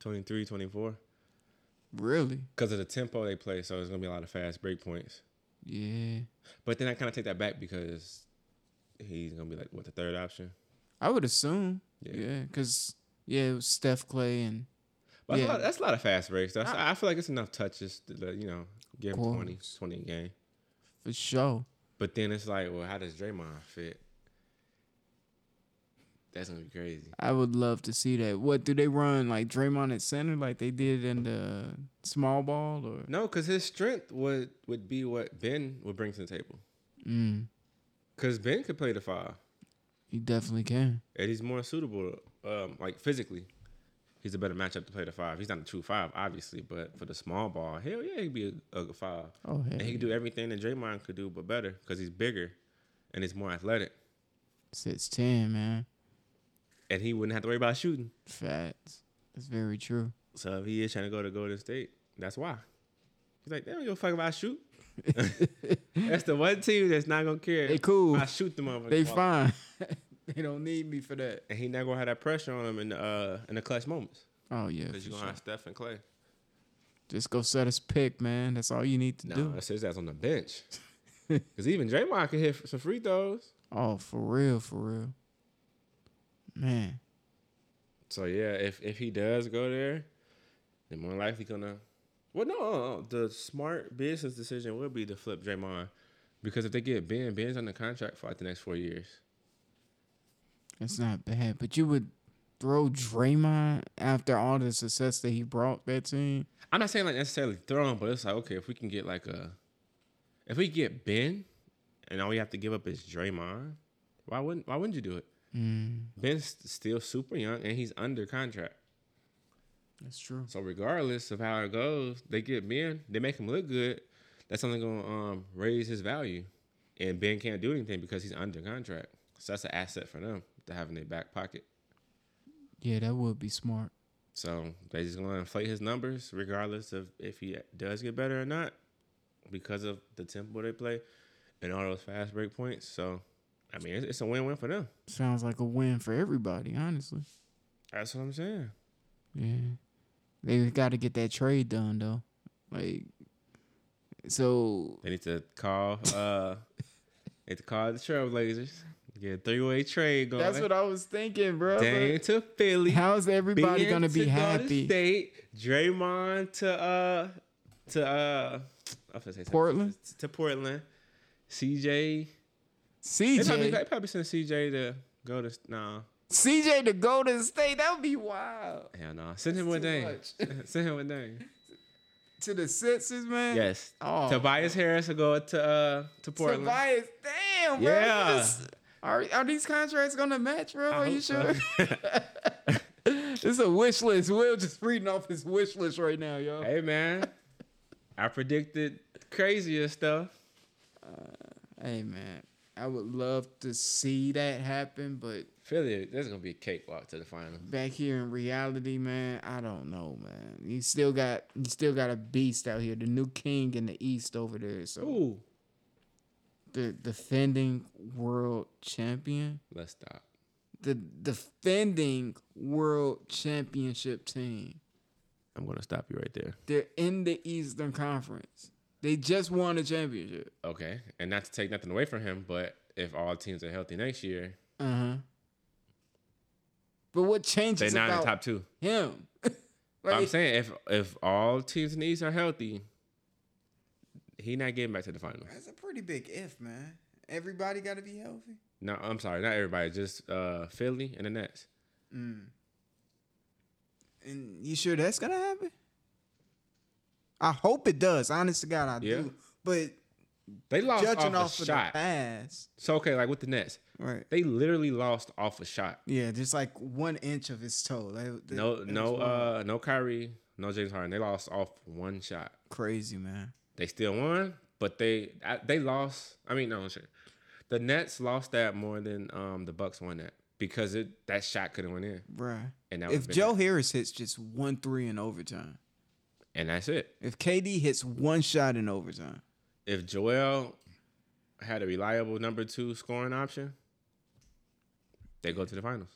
[SPEAKER 2] 23, 24.
[SPEAKER 1] really,
[SPEAKER 2] Because of the tempo they play, so it's gonna be a lot of fast break points.
[SPEAKER 1] yeah.
[SPEAKER 2] But then I kind of take that back because he's gonna be like what the third option.
[SPEAKER 1] I would assume.
[SPEAKER 2] Yeah.
[SPEAKER 1] Yeah, because yeah, it was Steph Clay and
[SPEAKER 2] But that's, a
[SPEAKER 1] Yeah.
[SPEAKER 2] lot, that's a lot of fast breaks. That's, I, feel like it's enough touches to let- you know give him
[SPEAKER 1] Course.
[SPEAKER 2] 20, 20 a game.
[SPEAKER 1] for sure.
[SPEAKER 2] But then it's like, well, how does Draymond fit? That's gonna be crazy.
[SPEAKER 1] I would love to see that. What do they run like Draymond at center like they did in the small ball or
[SPEAKER 2] No, because his strength would would be what Ben would bring to the table.
[SPEAKER 1] mm,
[SPEAKER 2] Because Ben could play the five,
[SPEAKER 1] you definitely can.
[SPEAKER 2] and he's more suitable, um, like physically. He's a better matchup to play the five. He's not a true five, obviously, but for the small ball, hell yeah, he'd be a, a five.
[SPEAKER 1] Oh
[SPEAKER 2] And he
[SPEAKER 1] hey.
[SPEAKER 2] can do everything that Draymond could do, but better because he's bigger and he's more athletic.
[SPEAKER 1] Six ten, man.
[SPEAKER 2] And he wouldn't have to worry about shooting.
[SPEAKER 1] Facts. That's very true.
[SPEAKER 2] So if he is trying to go to Golden State, that's why. He's like, they don't give a fuck about shoot. that's the one team that's not gonna care.
[SPEAKER 1] They
[SPEAKER 2] if
[SPEAKER 1] cool.
[SPEAKER 2] I shoot the motherfucker.
[SPEAKER 1] They fine. they don't need me for that.
[SPEAKER 2] And he not gonna have that pressure on him in the uh, in the clutch moments
[SPEAKER 1] Oh yeah.
[SPEAKER 2] because
[SPEAKER 1] for sure.
[SPEAKER 2] you're gonna have Steph and Clay.
[SPEAKER 1] Just go set his pick, man. That's all you need to
[SPEAKER 2] No,
[SPEAKER 1] do.
[SPEAKER 2] that's his ass on the bench. Because even Draymond can hit some free throws.
[SPEAKER 1] Oh, for real, for real. Man,
[SPEAKER 2] So yeah, if if he does go there, then more likely gonna. Well, no, uh, uh, the smart business decision would be to flip Draymond, because if they get Ben, Ben's on the contract for like the next four years.
[SPEAKER 1] it's not bad. But you would throw Draymond after all the success that he brought that team.
[SPEAKER 2] I'm not saying like necessarily throw him, but it's like okay, if we can get like a, if we get Ben, and all we have to give up is Draymond, why wouldn't why wouldn't you do it?
[SPEAKER 1] Mm,
[SPEAKER 2] Ben's still super young and he's under contract.
[SPEAKER 1] that's true.
[SPEAKER 2] So regardless of how it goes, they get Ben, they make him look good. That's only gonna um, raise his value, and Ben can't do anything because he's under contract. So that's an asset for them to have in their back pocket.
[SPEAKER 1] Yeah, that would be smart.
[SPEAKER 2] So they just gonna inflate his numbers regardless of if he does get better or not, because of the tempo they play and all those fast break points. So I mean, it's, it's a win-win for them.
[SPEAKER 1] Sounds like a win for everybody, honestly.
[SPEAKER 2] That's what I'm saying.
[SPEAKER 1] Yeah. They got to get that trade done, though. Like, so
[SPEAKER 2] They need to call. Uh, they need to call the Trailblazers. Get a three-way trade going.
[SPEAKER 1] that's what I was thinking, bro.
[SPEAKER 2] Dane to Philly.
[SPEAKER 1] How is everybody
[SPEAKER 2] Ben
[SPEAKER 1] gonna
[SPEAKER 2] to
[SPEAKER 1] be
[SPEAKER 2] Golden
[SPEAKER 1] happy?
[SPEAKER 2] State, Draymond to uh to uh I was gonna say San
[SPEAKER 1] Portland?
[SPEAKER 2] Francisco, to, Portland. CJ. They probably, they
[SPEAKER 1] CJ,
[SPEAKER 2] probably send CJ to go to nah.
[SPEAKER 1] CJ to Golden State, that would be wild.
[SPEAKER 2] Hell no. Send him with
[SPEAKER 1] too
[SPEAKER 2] Dane. send him with Dane.
[SPEAKER 1] To the Sixers, man.
[SPEAKER 2] Yes.
[SPEAKER 1] Oh.
[SPEAKER 2] Tobias Harris will go to uh to Portland.
[SPEAKER 1] Tobias, damn, bro.
[SPEAKER 2] Yeah.
[SPEAKER 1] This- Are, are these contracts gonna match, bro?
[SPEAKER 2] I
[SPEAKER 1] Are you
[SPEAKER 2] hope
[SPEAKER 1] sure?
[SPEAKER 2] so.
[SPEAKER 1] it's a wish list. Will just reading off his wish list right now, yo.
[SPEAKER 2] hey man. I predicted crazier stuff.
[SPEAKER 1] Hey man, I would love to see that happen, but
[SPEAKER 2] Philly, there's gonna be a cakewalk to the final.
[SPEAKER 1] back here in reality, man, I don't know, man. You still got you still got a beast out here, the new king in the east over there. So
[SPEAKER 2] Ooh.
[SPEAKER 1] the defending world champion,
[SPEAKER 2] Let's stop.
[SPEAKER 1] the defending world championship team.
[SPEAKER 2] I'm gonna stop you right there.
[SPEAKER 1] They're in the Eastern Conference. They just won a championship.
[SPEAKER 2] Okay, and not to take nothing away from him, but if all teams are healthy next year,
[SPEAKER 1] Uh huh. But what
[SPEAKER 2] they're
[SPEAKER 1] changes
[SPEAKER 2] not in
[SPEAKER 1] about
[SPEAKER 2] the top two.
[SPEAKER 1] him?
[SPEAKER 2] But I'm
[SPEAKER 1] Like,
[SPEAKER 2] saying if if all teams in the East are healthy, he not getting back to the finals.
[SPEAKER 1] That's a pretty big if, man. Everybody got to be healthy.
[SPEAKER 2] No, I'm sorry, not everybody, just uh, Philly and the Nets.
[SPEAKER 1] And you sure that's gonna happen? I hope it does. Honest to God, I
[SPEAKER 2] Yeah.
[SPEAKER 1] do. But
[SPEAKER 2] They lost
[SPEAKER 1] judging
[SPEAKER 2] off,
[SPEAKER 1] off
[SPEAKER 2] a
[SPEAKER 1] of
[SPEAKER 2] shot.
[SPEAKER 1] the pass,
[SPEAKER 2] so okay, like with the Nets,
[SPEAKER 1] right?
[SPEAKER 2] they literally lost off a shot.
[SPEAKER 1] Yeah, just like one inch of his toe. That- that-
[SPEAKER 2] No,
[SPEAKER 1] that
[SPEAKER 2] no,
[SPEAKER 1] was wild.
[SPEAKER 2] uh, no Kyrie, no James Harden. They lost off one shot.
[SPEAKER 1] crazy man.
[SPEAKER 2] They still won, but they I- they lost. I mean, no, sure. The Nets lost that more than um, the Bucks won that because it that shot couldn't went in,
[SPEAKER 1] Bruh.
[SPEAKER 2] and that would've
[SPEAKER 1] If
[SPEAKER 2] been
[SPEAKER 1] Joe
[SPEAKER 2] it.
[SPEAKER 1] Harris hits just one three in overtime,
[SPEAKER 2] and that's it.
[SPEAKER 1] if KD hits one shot in overtime,
[SPEAKER 2] If Joel had a reliable number two scoring option, they go to the finals.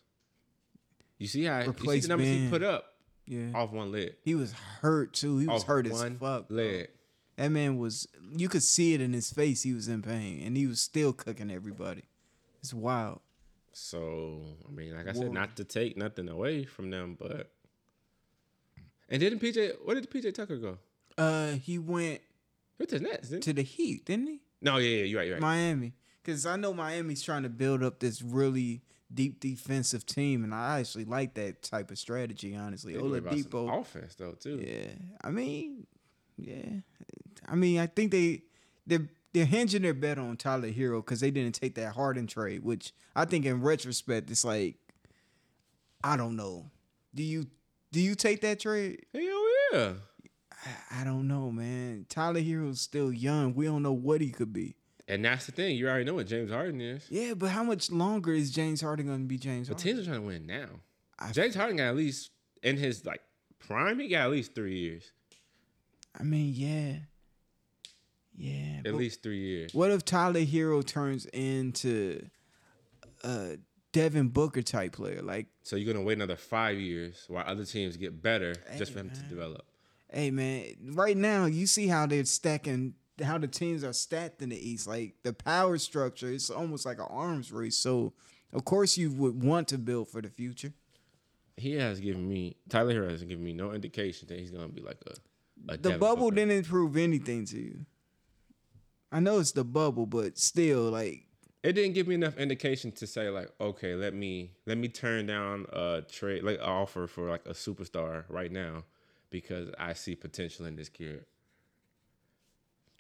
[SPEAKER 2] You see how you see
[SPEAKER 1] Replace
[SPEAKER 2] the numbers he
[SPEAKER 1] Ben.
[SPEAKER 2] put up
[SPEAKER 1] yeah,
[SPEAKER 2] off one leg,
[SPEAKER 1] he was hurt too. He was
[SPEAKER 2] off
[SPEAKER 1] hurt as
[SPEAKER 2] one
[SPEAKER 1] fuck. bro.
[SPEAKER 2] leg.
[SPEAKER 1] That man was. You could see it in his face. He was in pain, and he was still cooking everybody. It's wild.
[SPEAKER 2] So I mean, like I
[SPEAKER 1] Whoa.
[SPEAKER 2] said, not to take nothing away from them, but and didn't PJ? Where did PJ Tucker go?
[SPEAKER 1] Uh, he went
[SPEAKER 2] With the Nets, didn't he?
[SPEAKER 1] to the Heat, didn't he?
[SPEAKER 2] No, yeah, yeah, you're right, you're right.
[SPEAKER 1] Miami, because I know Miami's trying to build up this really deep defensive team, and I actually like that type of strategy. Honestly,
[SPEAKER 2] They worry about some
[SPEAKER 1] Oladipo.
[SPEAKER 2] offense though too.
[SPEAKER 1] Yeah, I mean, yeah, I mean, I think they they're they're hinging their bet on Tyler Hero because they didn't take that Harden trade, which I think in retrospect it's like, I don't know. Do you do you take that trade?
[SPEAKER 2] Hell yeah.
[SPEAKER 1] I, I don't know, man. Tyler Hero's still young. We don't know what he could be.
[SPEAKER 2] And that's the thing. You already know what James Harden is.
[SPEAKER 1] Yeah, but how much longer is James Harden going to be James
[SPEAKER 2] But
[SPEAKER 1] Harden?
[SPEAKER 2] teams are trying to win now.
[SPEAKER 1] I-
[SPEAKER 2] James Harden got at least in his like prime, he got at least three years.
[SPEAKER 1] I mean, yeah, yeah.
[SPEAKER 2] At
[SPEAKER 1] but-
[SPEAKER 2] least three years.
[SPEAKER 1] What if Tyler Hero turns into a Devin Booker type player? Like,
[SPEAKER 2] So you're gonna wait another five years while other teams get better just
[SPEAKER 1] Hey,
[SPEAKER 2] for him to
[SPEAKER 1] man.
[SPEAKER 2] develop.
[SPEAKER 1] Hey man, right now you see how they're stacking, how the teams are stacked in the East. Like the power structure, it's almost like an arms race. So of course you would want to build for the future.
[SPEAKER 2] He has given me Tyler Hero has given me no indication that he's gonna be like a, a
[SPEAKER 1] The
[SPEAKER 2] Devin
[SPEAKER 1] bubble
[SPEAKER 2] Booker.
[SPEAKER 1] didn't prove anything to you. I know it's the bubble, but still, like
[SPEAKER 2] it didn't give me enough indication to say like okay let me let me turn down a trade like an offer for like a superstar right now because i see potential in this kid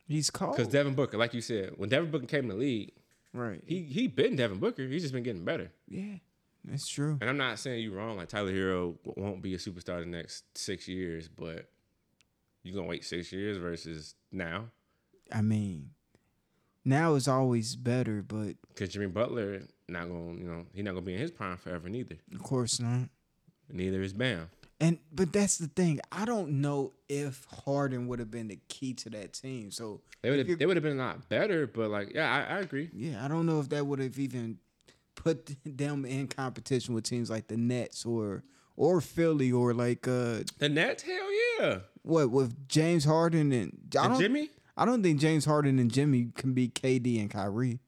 [SPEAKER 1] he's called.
[SPEAKER 2] because devin booker like you said when devin booker came in the league
[SPEAKER 1] right.
[SPEAKER 2] he he been devin booker he's just been getting better
[SPEAKER 1] yeah, that's true.
[SPEAKER 2] and i'm not saying you wrong like tyler hero w- won't be a superstar the next six years but you gonna wait six years versus now
[SPEAKER 1] I mean, now is always better, but
[SPEAKER 2] because jimmy butler not gonna you know he's not gonna be in his prime forever neither
[SPEAKER 1] of course not.
[SPEAKER 2] neither is bam
[SPEAKER 1] And but that's the thing. I don't know if Harden would have been the key to that team. So
[SPEAKER 2] they would
[SPEAKER 1] you're-
[SPEAKER 2] have they would have been a lot better but like yeah i, I agree
[SPEAKER 1] yeah, I don't know if that would have even put them in competition with teams like the Nets or or Philly or like uh
[SPEAKER 2] The Nets, hell yeah.
[SPEAKER 1] what with James Harden and I
[SPEAKER 2] And
[SPEAKER 1] don't
[SPEAKER 2] Jimmy,
[SPEAKER 1] I don't think James Harden and Jimmy can be KD and Kyrie.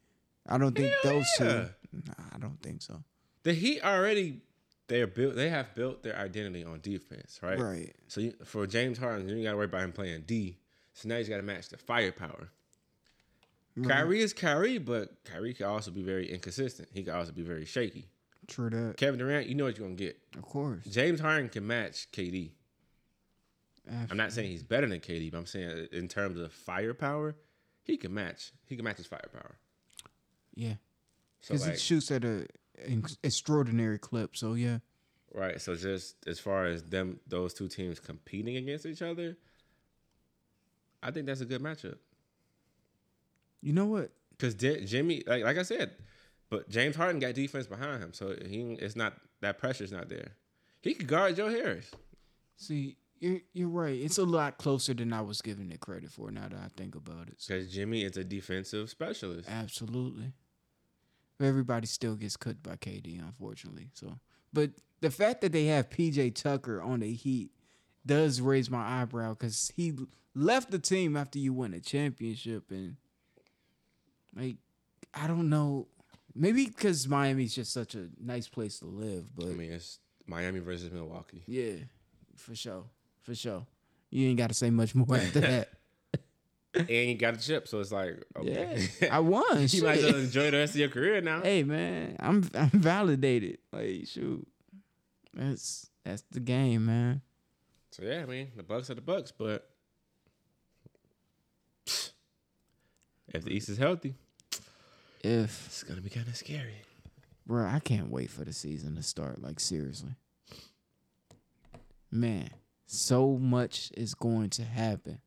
[SPEAKER 1] I don't think
[SPEAKER 2] Hell
[SPEAKER 1] those
[SPEAKER 2] yeah.
[SPEAKER 1] two. Nah, I don't think so.
[SPEAKER 2] the Heat already they're built. They have built their identity on defense, right?
[SPEAKER 1] Right.
[SPEAKER 2] So you, for James Harden, you ain't got to worry about him playing D. So now he's got to match the firepower.
[SPEAKER 1] Mm-hmm.
[SPEAKER 2] Kyrie is Kyrie, but Kyrie can also be very inconsistent. He can also be very shaky.
[SPEAKER 1] True that.
[SPEAKER 2] Kevin Durant, you know what you're gonna get.
[SPEAKER 1] Of course.
[SPEAKER 2] James Harden can match KD. I'm
[SPEAKER 1] Absolutely.
[SPEAKER 2] not saying he's better than KD, but I'm saying in terms of firepower, he can match. He can match his firepower.
[SPEAKER 1] Yeah.
[SPEAKER 2] So
[SPEAKER 1] Because
[SPEAKER 2] like,
[SPEAKER 1] it shoots at a an extraordinary clip. So yeah.
[SPEAKER 2] Right. So just as far as them those two teams competing against each other, I think that's a good matchup.
[SPEAKER 1] You know what?
[SPEAKER 2] Cause Di- Jimmy, like like I said, but James Harden got defense behind him, so he it's not that pressure's not there. He could guard Joe Harris.
[SPEAKER 1] See, you're you're right. It's a lot closer than I was giving it credit for. Now that I think about it, so,
[SPEAKER 2] Cause Jimmy is a defensive specialist.
[SPEAKER 1] absolutely. Everybody still gets cooked by KD, unfortunately. So, but the fact that they have PJ Tucker on the Heat does raise my eyebrow because he left the team after you won a championship, and like I don't know, maybe because Miami's just such a nice place to live. But
[SPEAKER 2] I mean, it's Miami versus Milwaukee.
[SPEAKER 1] Yeah, for sure. For sure. You ain't got to say much more after that.
[SPEAKER 2] and you got a chip, so it's like okay.
[SPEAKER 1] Yeah, I won.
[SPEAKER 2] you might as well
[SPEAKER 1] shit.
[SPEAKER 2] enjoy the rest of your career now.
[SPEAKER 1] Hey man, I'm I'm validated. Like shoot, that's that's the game, man.
[SPEAKER 2] So yeah, I mean the Bucks are the Bucks, but if the East is healthy,
[SPEAKER 1] If
[SPEAKER 2] it's gonna be kind of scary.
[SPEAKER 1] bro, I can't wait for the season to start. Like seriously, man, so much is going to happen.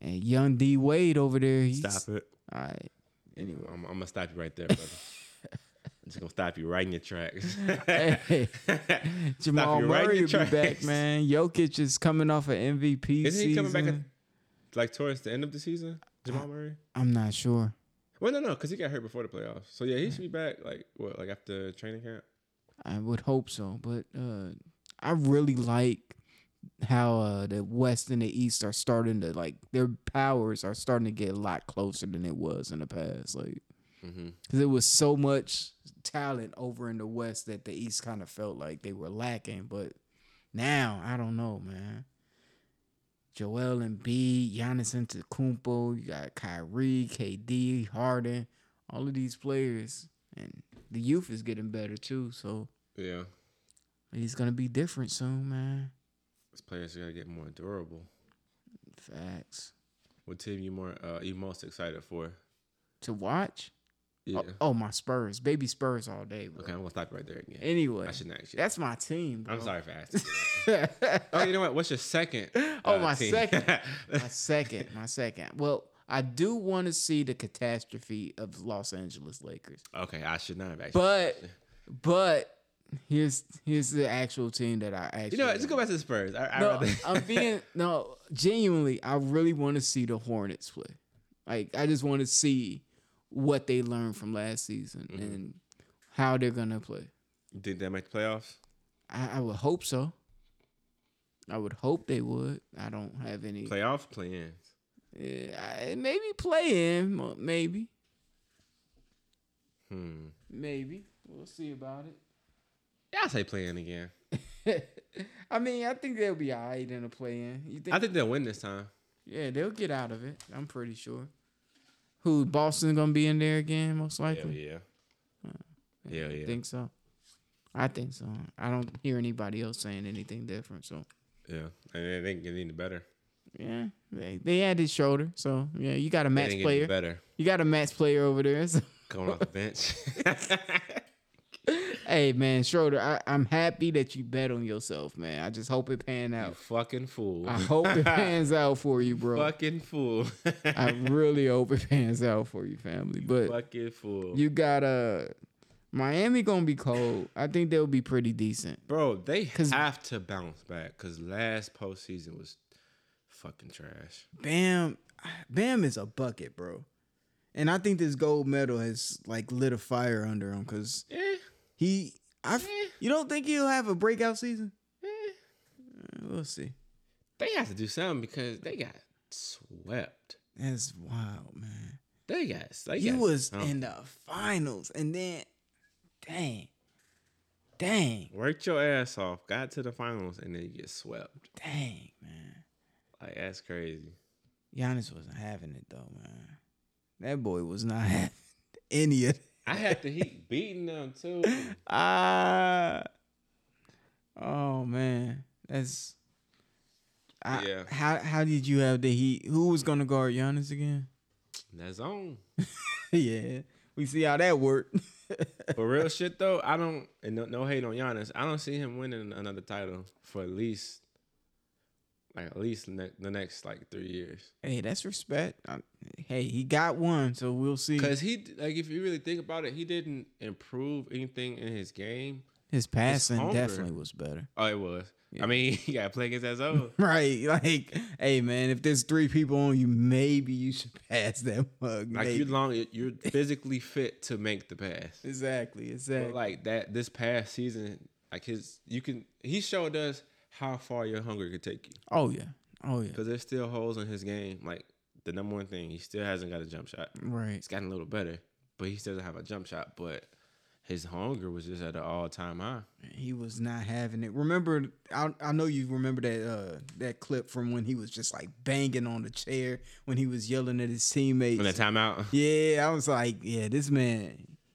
[SPEAKER 1] And young D Wade over there, he's
[SPEAKER 2] Stop it.
[SPEAKER 1] all right.
[SPEAKER 2] Anyway, I'm, I'm gonna stop you right there, brother. I'm just gonna stop you right in your tracks.
[SPEAKER 1] Hey. Jamal
[SPEAKER 2] you right in
[SPEAKER 1] Murray
[SPEAKER 2] your
[SPEAKER 1] will be back,
[SPEAKER 2] tracks.
[SPEAKER 1] man. Jokic is coming off an MVP
[SPEAKER 2] Isn't
[SPEAKER 1] season.
[SPEAKER 2] he coming back at, like towards the end of the season, Jamal Murray?
[SPEAKER 1] I'm not sure.
[SPEAKER 2] Well, no, no, because he got hurt before the playoffs. So yeah, he should be back like what, like after training camp.
[SPEAKER 1] I would hope so, but uh, I really like how uh, the West and the East are starting to like their powers are starting to get a lot closer than it was in the past. Like,
[SPEAKER 2] Mhm.
[SPEAKER 1] because it was so much talent over in the West that the East kind of felt like they were lacking. But now I don't know, man. Joel Embiid, Giannis Antetokounmpo, you got Kyrie, KD, Harden, all of these players, and the youth is getting better too. So
[SPEAKER 2] Yeah,
[SPEAKER 1] it's gonna be different soon, man.
[SPEAKER 2] his players gotta get more durable.
[SPEAKER 1] Facts
[SPEAKER 2] What team you more uh, you most excited for?
[SPEAKER 1] to watch.
[SPEAKER 2] Yeah.
[SPEAKER 1] Oh, oh, my Spurs, baby Spurs all day, bro.
[SPEAKER 2] Okay, I'm gonna stop you right there again.
[SPEAKER 1] Anyway,
[SPEAKER 2] I shouldn't ask you.
[SPEAKER 1] that's my team. Bro.
[SPEAKER 2] I'm sorry for asking. oh, you know what? What's your second? uh,
[SPEAKER 1] Oh, my second.
[SPEAKER 2] I
[SPEAKER 1] my second, my second. Well, I do want to see the catastrophe of Los Angeles Lakers,
[SPEAKER 2] Okay, I should not have asked.
[SPEAKER 1] but but here's here's the actual team that I
[SPEAKER 2] you
[SPEAKER 1] actually
[SPEAKER 2] know, what? just go back to the Spurs. I, I
[SPEAKER 1] No,
[SPEAKER 2] rather,
[SPEAKER 1] I'm being no genuinely. I really want to see the Hornets play. Like I just want to see what they learned from last season
[SPEAKER 2] Mm-hmm.
[SPEAKER 1] and how they're gonna play.
[SPEAKER 2] You think they make the playoffs?
[SPEAKER 1] I, I would hope so. I would hope they would. I don't have any.
[SPEAKER 2] Playoff plans.
[SPEAKER 1] Yeah, I- maybe playing, m- maybe,
[SPEAKER 2] Hmm.
[SPEAKER 1] maybe. We'll see about
[SPEAKER 2] Yeah, I say playing again.
[SPEAKER 1] it. I mean, I think they'll be alright in a play-in. You think?
[SPEAKER 2] I think they'll win this time.
[SPEAKER 1] yeah, they'll get out of it. I'm pretty sure. Who Boston gonna be in there again? Most
[SPEAKER 2] Hell
[SPEAKER 1] likely.
[SPEAKER 2] yeah. Hell
[SPEAKER 1] I
[SPEAKER 2] yeah.
[SPEAKER 1] think so. I think so. I don't hear anybody else saying anything different. So
[SPEAKER 2] Yeah. And it didn't get any better.
[SPEAKER 1] yeah, they, they had his shoulder. So yeah, you got a
[SPEAKER 2] It
[SPEAKER 1] match
[SPEAKER 2] didn't get any
[SPEAKER 1] player.
[SPEAKER 2] better.
[SPEAKER 1] You got a match player over there. So.
[SPEAKER 2] Going off the bench.
[SPEAKER 1] Hey man, Schroeder, I, I'm happy that you bet on yourself, man. I just hope it pan
[SPEAKER 2] you
[SPEAKER 1] out.
[SPEAKER 2] fucking fool.
[SPEAKER 1] I hope it pans out for you, bro.
[SPEAKER 2] fucking fool.
[SPEAKER 1] I really hope it pans out for you, family. But
[SPEAKER 2] fucking fool.
[SPEAKER 1] you got uh Miami gonna be cold. I think they'll be pretty decent.
[SPEAKER 2] Bro, they
[SPEAKER 1] 'Cause-
[SPEAKER 2] have to bounce back because last postseason was fucking trash.
[SPEAKER 1] Bam, Bam is a bucket, bro. And I think this gold medal has like lit a fire under him because
[SPEAKER 2] Yeah,
[SPEAKER 1] he, I,
[SPEAKER 2] Eh.
[SPEAKER 1] you don't think he'll have a breakout season?
[SPEAKER 2] yeah.
[SPEAKER 1] We'll see.
[SPEAKER 2] They have to do something because they got swept.
[SPEAKER 1] That's wild, man.
[SPEAKER 2] They got. They
[SPEAKER 1] He
[SPEAKER 2] got
[SPEAKER 1] was
[SPEAKER 2] Oh.
[SPEAKER 1] in the finals, and then, dang, dang,
[SPEAKER 2] Worked your ass off, got to the finals, and then you get swept.
[SPEAKER 1] dang, man.
[SPEAKER 2] Like that's crazy.
[SPEAKER 1] Giannis wasn't having it though, man. That boy was not having any of.
[SPEAKER 2] I had the Heat beating them too.
[SPEAKER 1] Ah. oh man, that's. I,
[SPEAKER 2] Yeah.
[SPEAKER 1] How how did you have the heat? Who was gonna guard Giannis again?
[SPEAKER 2] That's on.
[SPEAKER 1] yeah, we see how that worked.
[SPEAKER 2] But real shit though, I don't. And no, no hate on Giannis. I don't see him winning another title for at least, like at least ne- the next like three years.
[SPEAKER 1] hey, that's respect. I, hey, he got one, so we'll see.
[SPEAKER 2] Because he like if you really think about it, he didn't improve anything in his game.
[SPEAKER 1] His passing
[SPEAKER 2] homer.
[SPEAKER 1] definitely was better.
[SPEAKER 2] Oh, it was.
[SPEAKER 1] Yeah.
[SPEAKER 2] I mean, he got to play against that zone.
[SPEAKER 1] Right. Like, hey man, if there's three people on you, maybe you should pass that mug.
[SPEAKER 2] Like
[SPEAKER 1] maybe.
[SPEAKER 2] you long, you're physically fit to make the pass.
[SPEAKER 1] exactly. Exactly.
[SPEAKER 2] But like that, this past season, like his, you can he showed us how far your hunger could take you.
[SPEAKER 1] oh yeah. Oh yeah.
[SPEAKER 2] Because there's still holes in his game. Like the number one thing, he still hasn't got a jump shot.
[SPEAKER 1] Right.
[SPEAKER 2] It's gotten a little better, but he still doesn't have a jump shot. But his hunger was just at an all time high.
[SPEAKER 1] He was not having it. Remember, I I know you remember that uh that clip from when he was just like banging on the chair when he was yelling at his teammates.
[SPEAKER 2] When the timeout,
[SPEAKER 1] yeah, I was like, yeah, this man,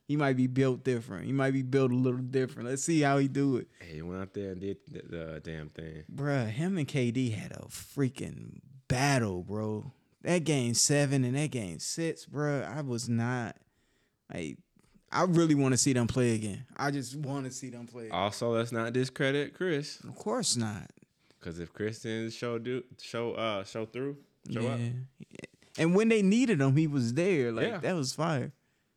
[SPEAKER 1] he might be built different. He might be built a little different. Let's see how he do it.
[SPEAKER 2] hey, he went out there and did the, the damn thing.
[SPEAKER 1] Bruh, him and KD had a freaking battle, bro. That game seven and that game six, bruh. I was not like I really want to see them play again. I just want to see them play. Again.
[SPEAKER 2] Also, let's not discredit Chris,
[SPEAKER 1] Of course not.
[SPEAKER 2] because if Chris didn't show do show uh show through, show
[SPEAKER 1] yeah.
[SPEAKER 2] up,
[SPEAKER 1] And when they needed him, he was there. Like
[SPEAKER 2] Yeah.
[SPEAKER 1] that was fire.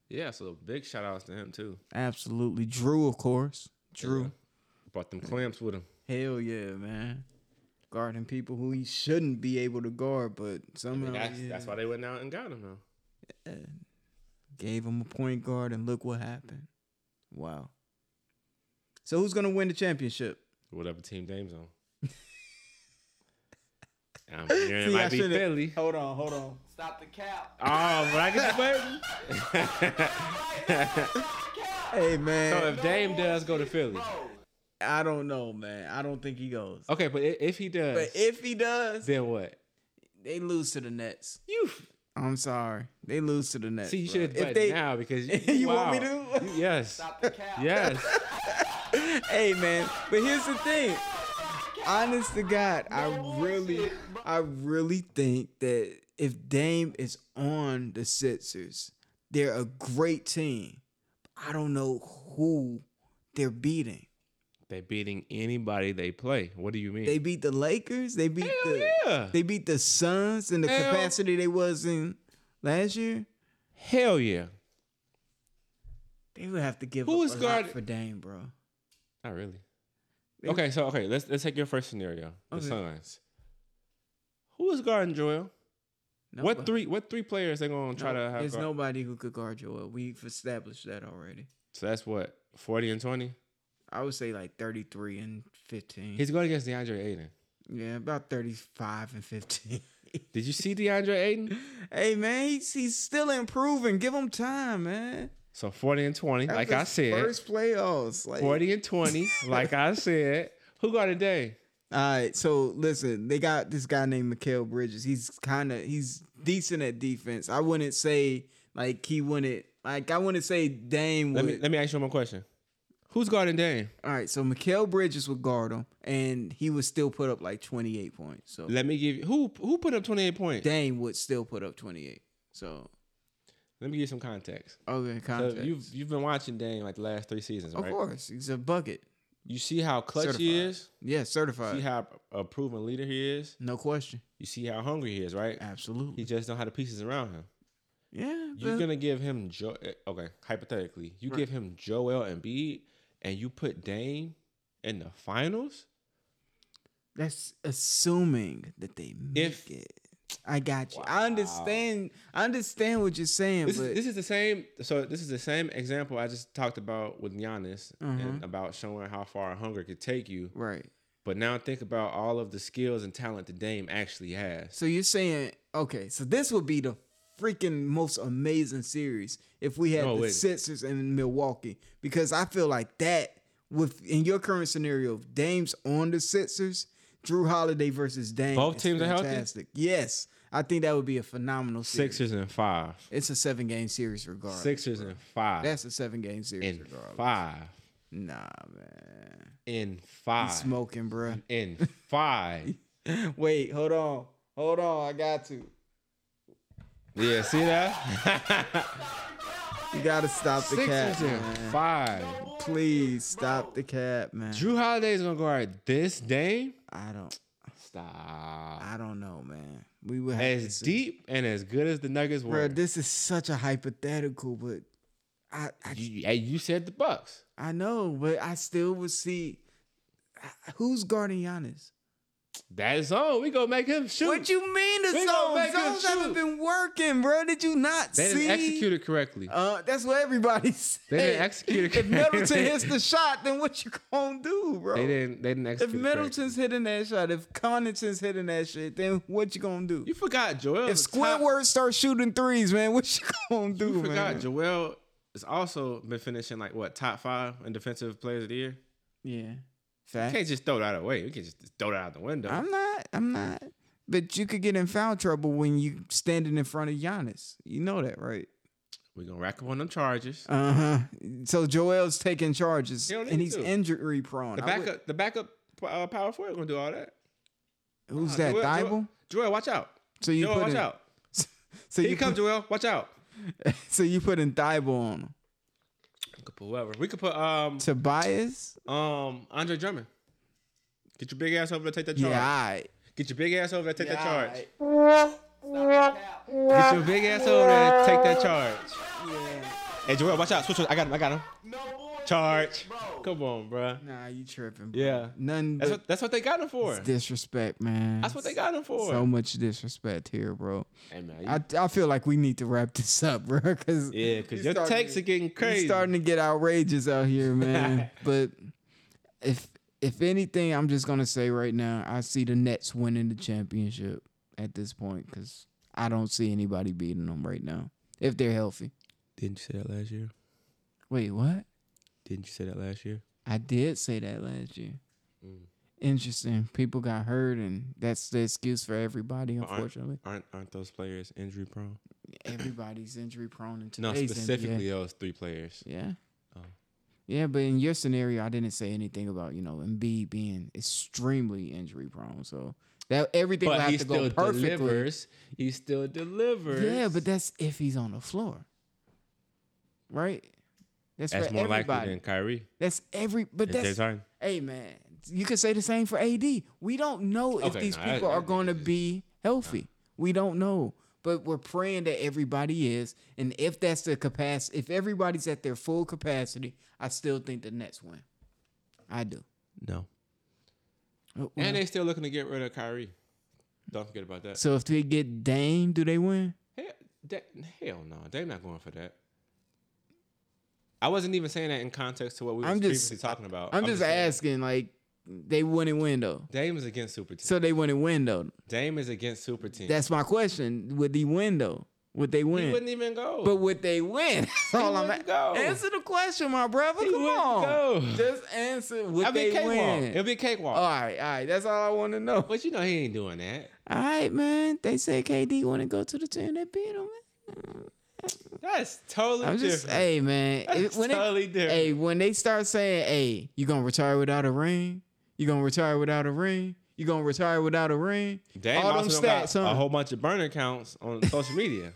[SPEAKER 2] yeah. So big shout outs to him too.
[SPEAKER 1] Absolutely. Drew, of course.
[SPEAKER 2] Yeah.
[SPEAKER 1] Drew.
[SPEAKER 2] Brought them clamps with him.
[SPEAKER 1] Hell yeah, man. Guarding people who he shouldn't be able to guard, but
[SPEAKER 2] I
[SPEAKER 1] somehow
[SPEAKER 2] mean, that's,
[SPEAKER 1] Oh, yeah,
[SPEAKER 2] that's why they went out and got him though.
[SPEAKER 1] gave him a point guard, and look what happened. Wow. So who's gonna win the championship?
[SPEAKER 2] Whatever team Dame's on. I'm hearing it
[SPEAKER 1] See, I
[SPEAKER 2] might be
[SPEAKER 1] shouldn't-
[SPEAKER 2] Philly.
[SPEAKER 1] Hold on, hold on.
[SPEAKER 2] Oh, but I get the button.
[SPEAKER 1] Hey man,
[SPEAKER 2] so if Dame does go to Philly,
[SPEAKER 1] I don't know, man. I don't think he goes.
[SPEAKER 2] okay, but i- if he does,
[SPEAKER 1] But if he does,
[SPEAKER 2] then what?
[SPEAKER 1] they lose to the Nets.
[SPEAKER 2] You
[SPEAKER 1] I'm sorry, they lose to the Nets.
[SPEAKER 2] see, you
[SPEAKER 1] bro.
[SPEAKER 2] should have
[SPEAKER 1] If
[SPEAKER 2] butted now because you,
[SPEAKER 1] You want me
[SPEAKER 2] wow.
[SPEAKER 1] to?
[SPEAKER 2] You- Yes. Yes.
[SPEAKER 1] hey man, but here's the thing. Honest to God, I really, I really think that if Dame is on the Sixers, they're a great team. I don't know who they're beating.
[SPEAKER 2] They're beating anybody they play. What do you mean?
[SPEAKER 1] They beat the Lakers. They beat
[SPEAKER 2] Hell
[SPEAKER 1] the.
[SPEAKER 2] yeah.
[SPEAKER 1] They beat the Suns in the
[SPEAKER 2] Hell.
[SPEAKER 1] capacity they was in last year.
[SPEAKER 2] Hell yeah.
[SPEAKER 1] They would have to give
[SPEAKER 2] Who
[SPEAKER 1] up
[SPEAKER 2] is
[SPEAKER 1] a
[SPEAKER 2] guard-
[SPEAKER 1] lot for Dame, bro.
[SPEAKER 2] Not really.
[SPEAKER 1] They-
[SPEAKER 2] Okay, so okay, let's let's take your first scenario. The
[SPEAKER 1] Okay.
[SPEAKER 2] Suns. Who is guarding Joel?
[SPEAKER 1] Nobody-
[SPEAKER 2] What three what three players they gonna try
[SPEAKER 1] no-
[SPEAKER 2] to have?
[SPEAKER 1] There's
[SPEAKER 2] guard-
[SPEAKER 1] nobody who could guard Joel. We've established that already.
[SPEAKER 2] So that's what forty and twenty.
[SPEAKER 1] I would say like 33 and 15.
[SPEAKER 2] He's going against DeAndre Aiden.
[SPEAKER 1] Yeah, about 35 and 15.
[SPEAKER 2] Did you see DeAndre Ayton?
[SPEAKER 1] hey, man, he's, he's still improving. Give him time, man.
[SPEAKER 2] So 40 and 20,
[SPEAKER 1] That's
[SPEAKER 2] like I
[SPEAKER 1] his
[SPEAKER 2] said.
[SPEAKER 1] First playoffs. Like,
[SPEAKER 2] 40 and 20, like I said. Who got a day?
[SPEAKER 1] All right, so listen, they got this guy named Mikael Bridges. He's kind of he's decent at defense. I wouldn't say like he wouldn't like I wouldn't say Dame would.
[SPEAKER 2] Let me let me ask you one more question. Who's guarding Dame?
[SPEAKER 1] All right, so Mikael Bridges would guard him, and he would still put up like twenty eight points. So
[SPEAKER 2] Let me give you who who put up 28 points.
[SPEAKER 1] Dame would still put up twenty eight. So
[SPEAKER 2] Let me give you some context.
[SPEAKER 1] okay,
[SPEAKER 2] So
[SPEAKER 1] context.
[SPEAKER 2] you've you've been watching Dame like the last three seasons,
[SPEAKER 1] of
[SPEAKER 2] right?
[SPEAKER 1] course, he's a bucket.
[SPEAKER 2] You see how clutch
[SPEAKER 1] Certified.
[SPEAKER 2] he is.
[SPEAKER 1] Yeah,
[SPEAKER 2] You see
[SPEAKER 1] certified.
[SPEAKER 2] how a proven leader he is.
[SPEAKER 1] no question.
[SPEAKER 2] You see how hungry he is, right? He
[SPEAKER 1] Absolutely.
[SPEAKER 2] just know how to pieces around him.
[SPEAKER 1] Yeah.
[SPEAKER 2] You're
[SPEAKER 1] but-
[SPEAKER 2] gonna give him jo- eh, okay, hypothetically, you give him Joel Embiid and you put Dame in the finals.
[SPEAKER 1] That's assuming that they make
[SPEAKER 2] If-
[SPEAKER 1] it. I got you. I understand. I understand what you're saying,
[SPEAKER 2] This,
[SPEAKER 1] but
[SPEAKER 2] is, this is the same. So this is the same example I just talked about with Giannis and about showing how far hunger could take you.
[SPEAKER 1] right.
[SPEAKER 2] But now think about all of the skills and talent that Dame actually has.
[SPEAKER 1] So you're saying okay. So this would be the freaking most amazing series if we had
[SPEAKER 2] No,
[SPEAKER 1] the
[SPEAKER 2] wait.
[SPEAKER 1] Sixers and Milwaukee because I feel like that with in your current scenario, if Dame's on the Sixers, Drew Holiday versus Dame.
[SPEAKER 2] Both
[SPEAKER 1] is
[SPEAKER 2] teams are healthy?
[SPEAKER 1] fantastic. Yes, I think that would be a phenomenal series.
[SPEAKER 2] Sixers and five.
[SPEAKER 1] It's a seven game series regardless.
[SPEAKER 2] Sixers and five.
[SPEAKER 1] That's a seven game series
[SPEAKER 2] in
[SPEAKER 1] regardless.
[SPEAKER 2] five.
[SPEAKER 1] Nah, man.
[SPEAKER 2] In
[SPEAKER 1] You
[SPEAKER 2] five.
[SPEAKER 1] smoking, bruh.
[SPEAKER 2] In five.
[SPEAKER 1] Wait, hold on. Hold on. I got to.
[SPEAKER 2] yeah, see that?
[SPEAKER 1] You got to stop the
[SPEAKER 2] Sixers
[SPEAKER 1] cat.
[SPEAKER 2] and
[SPEAKER 1] Man.
[SPEAKER 2] five.
[SPEAKER 1] Please stop the cat, man.
[SPEAKER 2] Drew Holiday's gonna guard this Dame.
[SPEAKER 1] I don't
[SPEAKER 2] Stop.
[SPEAKER 1] I don't know, man. We would have to
[SPEAKER 2] As
[SPEAKER 1] see.
[SPEAKER 2] deep and as good as the Nuggets were.
[SPEAKER 1] Bruh, this is such a hypothetical, but I I,
[SPEAKER 2] you, hey, you said the Bucks.
[SPEAKER 1] I know, but I still would see who's guarding Giannis.
[SPEAKER 2] That zone, we gonna make him shoot.
[SPEAKER 1] What you mean the
[SPEAKER 2] We gonna
[SPEAKER 1] zones?
[SPEAKER 2] make him
[SPEAKER 1] Zones haven't
[SPEAKER 2] shoot.
[SPEAKER 1] been working, bro. Did you not
[SPEAKER 2] they
[SPEAKER 1] see?
[SPEAKER 2] didn't execute it correctly.
[SPEAKER 1] Uh, that's what everybody said.
[SPEAKER 2] They didn't execute it
[SPEAKER 1] If Middleton
[SPEAKER 2] correctly.
[SPEAKER 1] hits the shot, then what you gonna do, bro?
[SPEAKER 2] they didn't. They didn't
[SPEAKER 1] If
[SPEAKER 2] execute. it correctly.
[SPEAKER 1] Middleton's hitting that shot, if Connaughton's hitting that shit, then what you gonna do?
[SPEAKER 2] you forgot Joel.
[SPEAKER 1] if
[SPEAKER 2] is top-
[SPEAKER 1] Squidward starts shooting threes, man, what you gonna do,
[SPEAKER 2] you forgot
[SPEAKER 1] man?
[SPEAKER 2] Joel has also been finishing like what top five in defensive players of the year.
[SPEAKER 1] yeah,
[SPEAKER 2] You
[SPEAKER 1] fact.
[SPEAKER 2] can't just throw that away. You can just throw that out the window.
[SPEAKER 1] I'm not. I'm not. But you could get in foul trouble when you standing in front of Giannis. You know that, right?
[SPEAKER 2] We're gonna rack up on them charges.
[SPEAKER 1] Uh huh. So Joel's taking charges,
[SPEAKER 2] He don't
[SPEAKER 1] and
[SPEAKER 2] need
[SPEAKER 1] he's
[SPEAKER 2] to.
[SPEAKER 1] injury prone.
[SPEAKER 2] the
[SPEAKER 1] I
[SPEAKER 2] backup,
[SPEAKER 1] would-
[SPEAKER 2] the backup uh, power forward gonna do all that.
[SPEAKER 1] who's
[SPEAKER 2] Uh,
[SPEAKER 1] that?
[SPEAKER 2] Joel,
[SPEAKER 1] Thibault.
[SPEAKER 2] Joel, Joel, watch out.
[SPEAKER 1] So you
[SPEAKER 2] Joel,
[SPEAKER 1] put
[SPEAKER 2] watch
[SPEAKER 1] in,
[SPEAKER 2] out.
[SPEAKER 1] So
[SPEAKER 2] Here
[SPEAKER 1] you
[SPEAKER 2] you come,
[SPEAKER 1] put,
[SPEAKER 2] Joel. Watch out.
[SPEAKER 1] so you put in Thibault on him.
[SPEAKER 2] We could put whoever. We could put um
[SPEAKER 1] Tobias.
[SPEAKER 2] um Andre Drummond. Get your big ass over there, take that charge.
[SPEAKER 1] Yeah, all right.
[SPEAKER 2] Get your big ass over there, take that
[SPEAKER 1] Yeah,
[SPEAKER 2] charge. Get your big ass over there, take that charge. Hey Joel, watch out. Switch. I got him. I got him. Charge. Come on, bruh.
[SPEAKER 1] Nah, you tripping? Bro.
[SPEAKER 2] Yeah.
[SPEAKER 1] None
[SPEAKER 2] That's
[SPEAKER 1] but
[SPEAKER 2] what that's what they got him for.
[SPEAKER 1] disrespect, man.
[SPEAKER 2] That's what they got him for.
[SPEAKER 1] So much disrespect here, bro.
[SPEAKER 2] hey man, you-
[SPEAKER 1] I, I feel like we need to wrap this up, bro. Cause
[SPEAKER 2] yeah,
[SPEAKER 1] you
[SPEAKER 2] because your
[SPEAKER 1] starting
[SPEAKER 2] texts
[SPEAKER 1] to-
[SPEAKER 2] are getting
[SPEAKER 1] it's
[SPEAKER 2] crazy.
[SPEAKER 1] starting to get outrageous out here, man. but if if anything, I'm just gonna say right now, I see the Nets winning the championship at this point because I don't see anybody beating them right now if they're healthy.
[SPEAKER 2] Didn't you say that last year?
[SPEAKER 1] Wait, what?
[SPEAKER 2] Didn't you say that last year?
[SPEAKER 1] I did say that last year.
[SPEAKER 2] Mm.
[SPEAKER 1] Interesting. People got hurt, and that's the excuse for everybody.
[SPEAKER 2] aren't-
[SPEAKER 1] Unfortunately,
[SPEAKER 2] Aren't aren't those players injury prone?
[SPEAKER 1] everybody's injury prone in
[SPEAKER 2] No,
[SPEAKER 1] today's NBA.
[SPEAKER 2] specifically those three players.
[SPEAKER 1] Yeah.
[SPEAKER 2] Oh.
[SPEAKER 1] Yeah, but in your scenario, I didn't say anything about you know Embiid being extremely injury prone. So that everything would
[SPEAKER 2] But he
[SPEAKER 1] have to
[SPEAKER 2] still
[SPEAKER 1] go perfectly.
[SPEAKER 2] delivers. He still delivers.
[SPEAKER 1] Yeah, but that's if he's on the floor, right? That's,
[SPEAKER 2] that's
[SPEAKER 1] for
[SPEAKER 2] more
[SPEAKER 1] everybody.
[SPEAKER 2] likely than Kyrie.
[SPEAKER 1] that's every. But
[SPEAKER 2] At
[SPEAKER 1] that's
[SPEAKER 2] this time.
[SPEAKER 1] hey man, you could say the same for AD. We don't know if
[SPEAKER 2] Okay,
[SPEAKER 1] these
[SPEAKER 2] no, I-
[SPEAKER 1] people
[SPEAKER 2] I
[SPEAKER 1] are
[SPEAKER 2] think
[SPEAKER 1] going to
[SPEAKER 2] it's-
[SPEAKER 1] be healthy. We don't know, but we're praying that everybody is. And if that's the capacity, if everybody's at their full capacity, I still think the Nets win. I do.
[SPEAKER 2] No.
[SPEAKER 1] Uh, well,
[SPEAKER 2] And they still looking to get rid of Kyrie. Don't forget about that.
[SPEAKER 1] so if they get Dame, do they win?
[SPEAKER 2] Hell, that, hell no, they're not going for that. I wasn't even saying that in context to what we were
[SPEAKER 1] I'm just-
[SPEAKER 2] previously talking about.
[SPEAKER 1] I'm, just
[SPEAKER 2] Oh, saying-
[SPEAKER 1] asking, like, They wouldn't win though.
[SPEAKER 2] Dame is against super team.
[SPEAKER 1] So they wouldn't win though.
[SPEAKER 2] Dame is against super team.
[SPEAKER 1] That's my question. Would they win though? Would they
[SPEAKER 2] he
[SPEAKER 1] win?
[SPEAKER 2] wouldn't even go.
[SPEAKER 1] But would they win? That's all I'm
[SPEAKER 2] wouldn't
[SPEAKER 1] at.
[SPEAKER 2] go.
[SPEAKER 1] Answer the question, my brother. Come
[SPEAKER 2] wouldn't
[SPEAKER 1] on.
[SPEAKER 2] go.
[SPEAKER 1] Just answer. Would
[SPEAKER 2] It'll be
[SPEAKER 1] they
[SPEAKER 2] a cakewalk. It'll
[SPEAKER 1] win? Uh,
[SPEAKER 2] be a cakewalk.
[SPEAKER 1] All right, all right. That's all I want to know.
[SPEAKER 2] but you know he ain't doing that.
[SPEAKER 1] All right, man. They say KD want to go to the team that beat him.
[SPEAKER 2] That's totally
[SPEAKER 1] I'm just,
[SPEAKER 2] different.
[SPEAKER 1] hey, man.
[SPEAKER 2] That's
[SPEAKER 1] It- when it-
[SPEAKER 2] totally different.
[SPEAKER 1] hey, when they start saying, hey, you gonna retire without a ring? You gonna retire without a ring? You gonna retire without a ring?
[SPEAKER 2] Dame
[SPEAKER 1] all them
[SPEAKER 2] also done got
[SPEAKER 1] stats, huh?
[SPEAKER 2] a whole bunch of burner accounts on social media.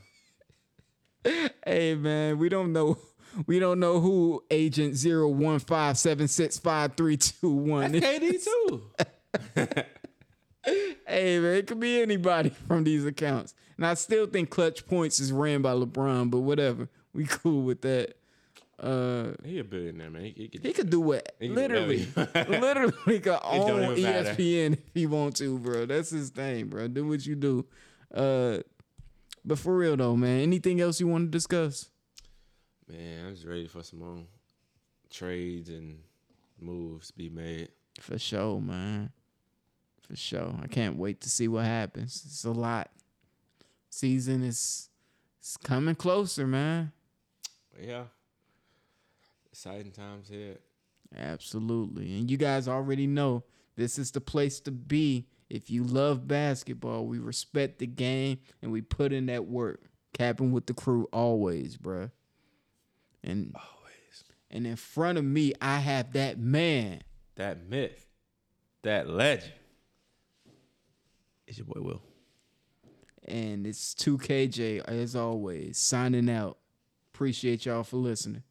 [SPEAKER 1] Hey man, we don't know. We don't know who agent zero one five seven six five three two one.
[SPEAKER 2] That's KD too.
[SPEAKER 1] Hey man, it could be anybody from these accounts. And I still think clutch points is ran by LeBron, but whatever. We cool with that. Uh
[SPEAKER 2] He a billionaire, man. He, he could,
[SPEAKER 1] he could do what
[SPEAKER 2] He could
[SPEAKER 1] literally,
[SPEAKER 2] really-
[SPEAKER 1] literally could
[SPEAKER 2] don't
[SPEAKER 1] own E
[SPEAKER 2] even matter.
[SPEAKER 1] ESPN if he want to, bro. That's his thing, bro. Do what you do. Uh but for real though, man. Anything else you want to discuss?
[SPEAKER 2] man, I'm just ready for some more trades and moves to be made.
[SPEAKER 1] For sure, man. For sure. I can't wait to see what happens. It's a lot. Season is it's coming closer, man.
[SPEAKER 2] But yeah, exciting times here.
[SPEAKER 1] Absolutely. And you guys already know this is the place to be. If you love basketball, we respect the game and we put in that work. Capping with the crew always, bruh. And
[SPEAKER 2] Always
[SPEAKER 1] and in front of me, I have that man.
[SPEAKER 2] that myth, that legend. It's your boy Will.
[SPEAKER 1] And it's 2KJ as always, signing out. Appreciate y'all for listening.